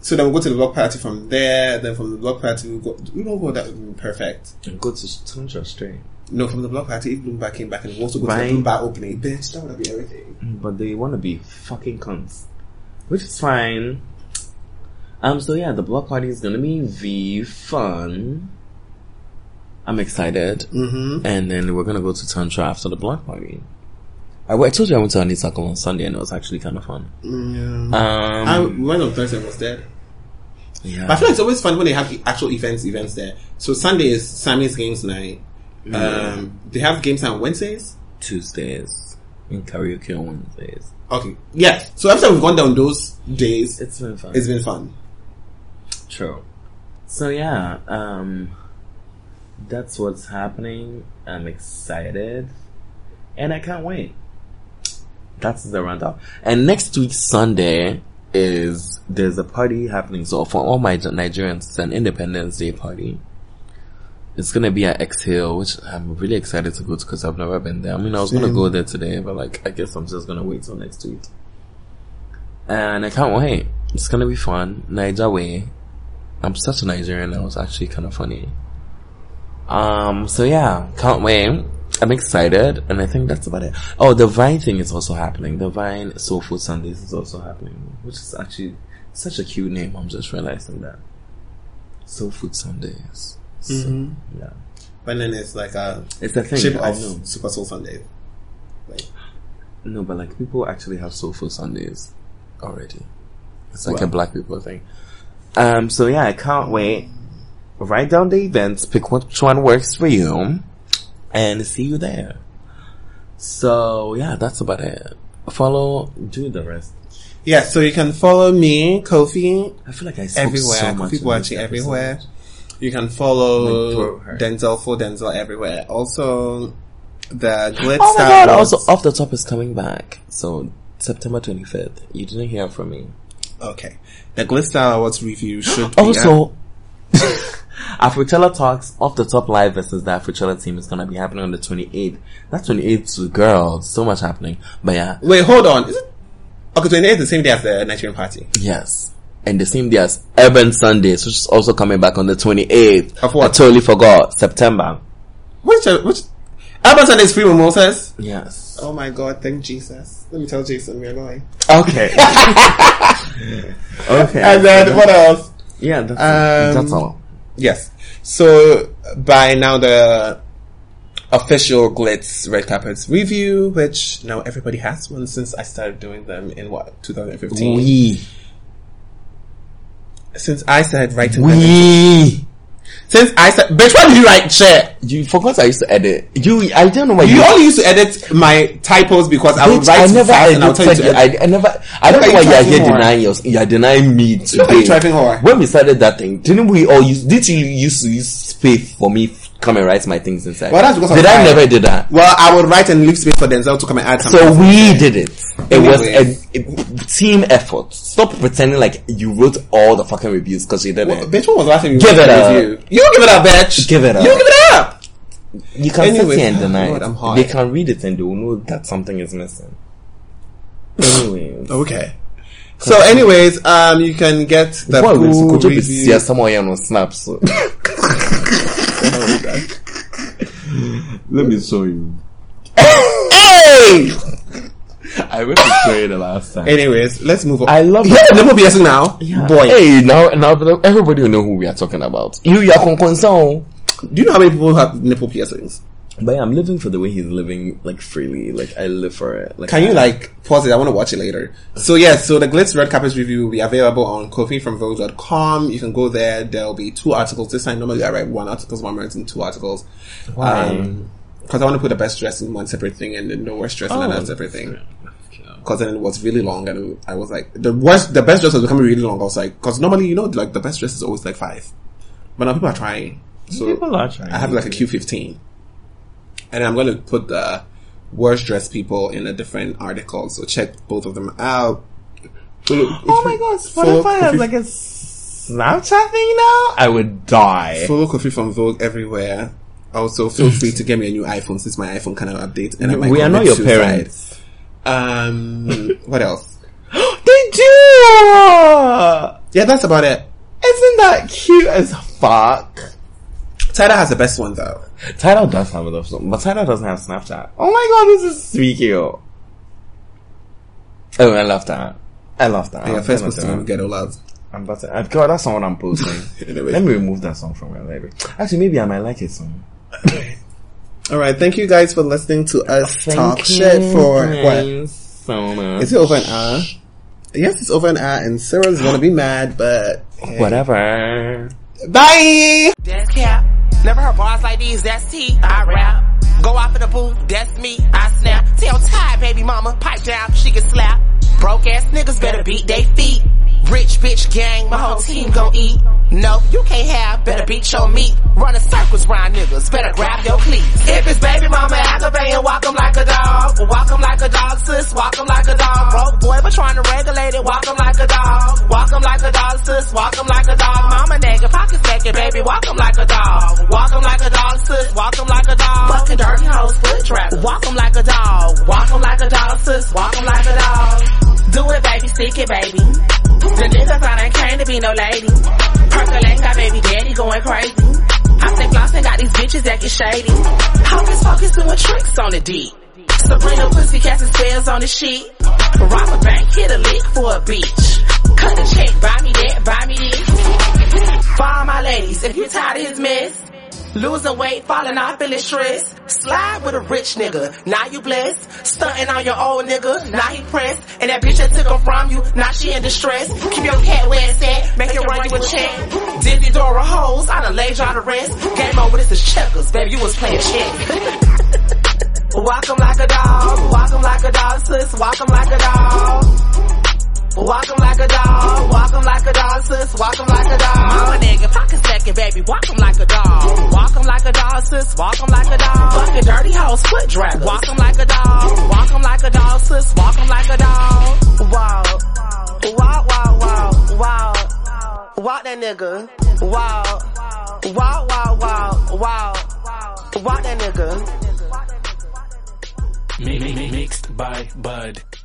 So then we'll go to the block party from there. Then from the block party, we'll go. We don't go that mm, perfect. Go to Tunja Street, No, from the block party, if Bloomba came back and we'll also go Right. to the Bloomba opening. Bitch, that would be everything. but they want to be fucking cunts, which is fine. Um. So yeah, the block party is gonna be v fun. I'm excited, mm-hmm. and then we're gonna go to Tantra after the block party. I, I told you I went to Anisakal on Sunday, and it was actually kind of fun. Um, I went on Thursday and was there. yeah. But I feel like it's always fun when they have e- actual events, events there. So Sunday is Sammy's games night. Um, they have games on Wednesdays. Tuesdays and karaoke on Wednesdays. Okay, yes. So after we've gone down those days, It's been fun. it's been fun. true. So yeah, um, that's what's happening. I'm excited, and I can't wait. That's the rundown. And next week Sunday is there's a party happening. So for all my Nigerians, it's an Independence Day party. It's gonna be at Exhale, which I'm really excited to go to because I've never been there. I mean, I was gonna go there today, but like, I guess I'm just gonna wait till next week. And I can't wait. It's gonna be fun. Niger way. I'm such a Nigerian. That was actually kind of funny. Um. So yeah, can't wait. I'm excited, and I think that's about it. Oh, the Vine thing is also happening. The Vine Soul Food Sundays is also happening, which is actually such a cute name. I'm just realizing that. Soul Food Sundays. So, Yeah, But then it's like a it's a thing. shape I of know. Super Soul Sunday. Like, No, but like people actually have soul food Sundays already. It's like a black people thing. Um, so yeah, I can't wait. Write down the events, pick which one works for you, and see you there. So yeah, that's about it. Follow, do the rest. yeah. So you can follow me, Kofi, I feel like I spoke everywhere. so much. Kofi in this Boachi episode. everywhere. You can My follow throat hurt. Denzel for Denzel everywhere. Also, the Glitz Oh my Star god! Awards- Also, off the top is coming back. So September twenty fifth. You didn't hear from me. Okay. The Glitz Style Awards review should be up. oh. Also, Afrochella Talks off the top live versus the Afrochella team is gonna be happening on the 28th. That's 28th to girls. So much happening. But yeah, Wait, hold on. Is it? Okay, 28 is the same day as the Nigerian party. yes. And the same day as Urban Sundays, which is also coming back on the 28th. Of what? I totally forgot. September. Which, uh, which, Albert Sunday's free mimosas. Yes. Oh my god, thank Jesus. Let me tell Jason we're going. Okay. okay. And then what else? yeah, that's, Um, that's all. Yes. So by now the official Glitz red carpets review, which now everybody has one since I started doing them in what 2015. We. Since I started writing them. We. Since I started, bitch, what did you write? Shit. You forgot I used to edit. You, I don't know why You only used to edit my typos because I would Bitch, write I too never fast and I would tell you to edited. edit. I, I never. I don't Look know why at you you're driving here whore. denying your. You're denying me today. at you driving whore. When we started that thing, didn't we all use? Did you use to use space for me f- come and write my things inside? Well, that's because I'm did I tired. never did that? Well, I would write and leave space for Denzel to come and add something. So we did it. It was a, Anyway. a team effort. Stop pretending like you wrote all the fucking reviews because you did Well, it. bitch, what was the last time you Give wrote it a up. review? You give it up, bitch. Give it up. You give it up. You can Anyway, sit here and deny God, it. I'm hot. They can read it and they will know that something is missing. Anyways, Okay. So, anyways, um, you can get the Pô, isso full curtiu review. se essa manhã no Snaps. Let me show you. Hey! I went to show you the last time. Anyways, let's move on. I love yeah, it. the movie is now. Boy, Hey, now, now that everybody will know who we are talking about. You, you are concerned. do you know how many people have nipple piercings? But yeah, I'm living for the way he's living, like freely. Like I live for it. Like Can you like pause it? I want to watch it later. So yeah, so the Glitz Red Carpet review will be available on Kofi from Vogue.com. You can go there. There'll be two articles this time. Normally I write one article, one writes in two articles. Why? because I want to put the best dress in one separate thing and then the worst dress in another separate thing. Because then it was really long, and I was like, the worst, the best dress was becoming really long. I was like, because normally you know, like the best dress is always like five, but now people are trying. So People are trying. I have like a Q15. And I'm going to put the worst dressed people in a different article. So check both of them out. Oh my god, Follow Spotify has Kofi- like a Snapchat thing now? I would die. Follow Kofi from Vogue everywhere. Also, feel free to get me a new iPhone since my iPhone cannot update. And I might we are commit not your suicide. parents. Um, what else? They do! Yeah, that's about it. Isn't that cute as fuck? Tyler has the best one though. Tidal does have a love song, but Tidal doesn't have Snapchat. Oh my god, this is sweet cute. Oh, I love that. I love that. Yeah, I'm first gonna post do on it. Ghetto Love. I'm about to. I've got that's not what I'm posting. Anyway. Let me remove that song from my library. Actually, maybe I might like it soon. All right, thank you guys for listening to us talk shit for what? So much. Is it over an hour? Yes, it's over an hour, and Sarah's gonna be mad, but Whatever. bye. That's cap. Never heard bars like these, that's tea. I rap. Go off in the booth, that's me, I snap. Tell Ty, baby mama, pipe down, she can slap. Broke ass niggas better beat they feet. Rich bitch gang, my whole team gon' eat. No, you can't have, better beat your meat. Running circles round niggas, better grab your cleats. If it's baby mama aggravating, walk 'em like a dog. Walk 'em like a dog, sis, walk 'em like a dog. Broke boy, but trying to regulate it, walk 'em like a dog. Walk 'em like a dog, sis, walk 'em like a dog. Mama nigga, pocket second, baby, walk 'em like a dog. Walk 'em like a dog, sis, walk 'em like a dog. Fucking dirty hoes, foot trap. Walk 'em like a dog. Walk 'em like a dog, sis, walk 'em like a dog. Do it, baby, stick it, baby. The niggas I done came to be no lady. Percolate got baby daddy going crazy. I think Floss got these bitches that get shady. Hocus pocus doing tricks on the D. Sabrina pussy casting spells on the sheet. Rob a bank, hit a lick for a beach. Cut a check, buy me that, buy me this. For all my ladies, if you tired of his mess, Losing weight, falling off, feeling stressed. Slide with a rich nigga, now you blessed. Stunting on your old nigga, now he pressed. And that bitch that took him from you, now she in distress. Keep your cat where it's at, make it run you a check. Dizzy Dora hoes, I done laid y'all to rest. Game over, this is checkers, baby, you was playing chess. Walk 'em like a dog, walk 'em like a dog, sis, walk 'em like a dog. Walk 'em like a dog, walk 'em like a dog, sis, walk 'em like a dog. Mama nigga, pocket second, baby, walk 'em like a dog. Walk 'em like a dog, sis, walk 'em like a dog. Fucking dirty hoes, foot drag. Walk 'em like a dog, walk 'em like a dog, sis, walk 'em like a dog. Wow, wow, wow, wow, wow. Walk that nigga. Wow, wow, wow, wow, wow. Walk that nigga. Mi- mi- mi- Mixed by Bud.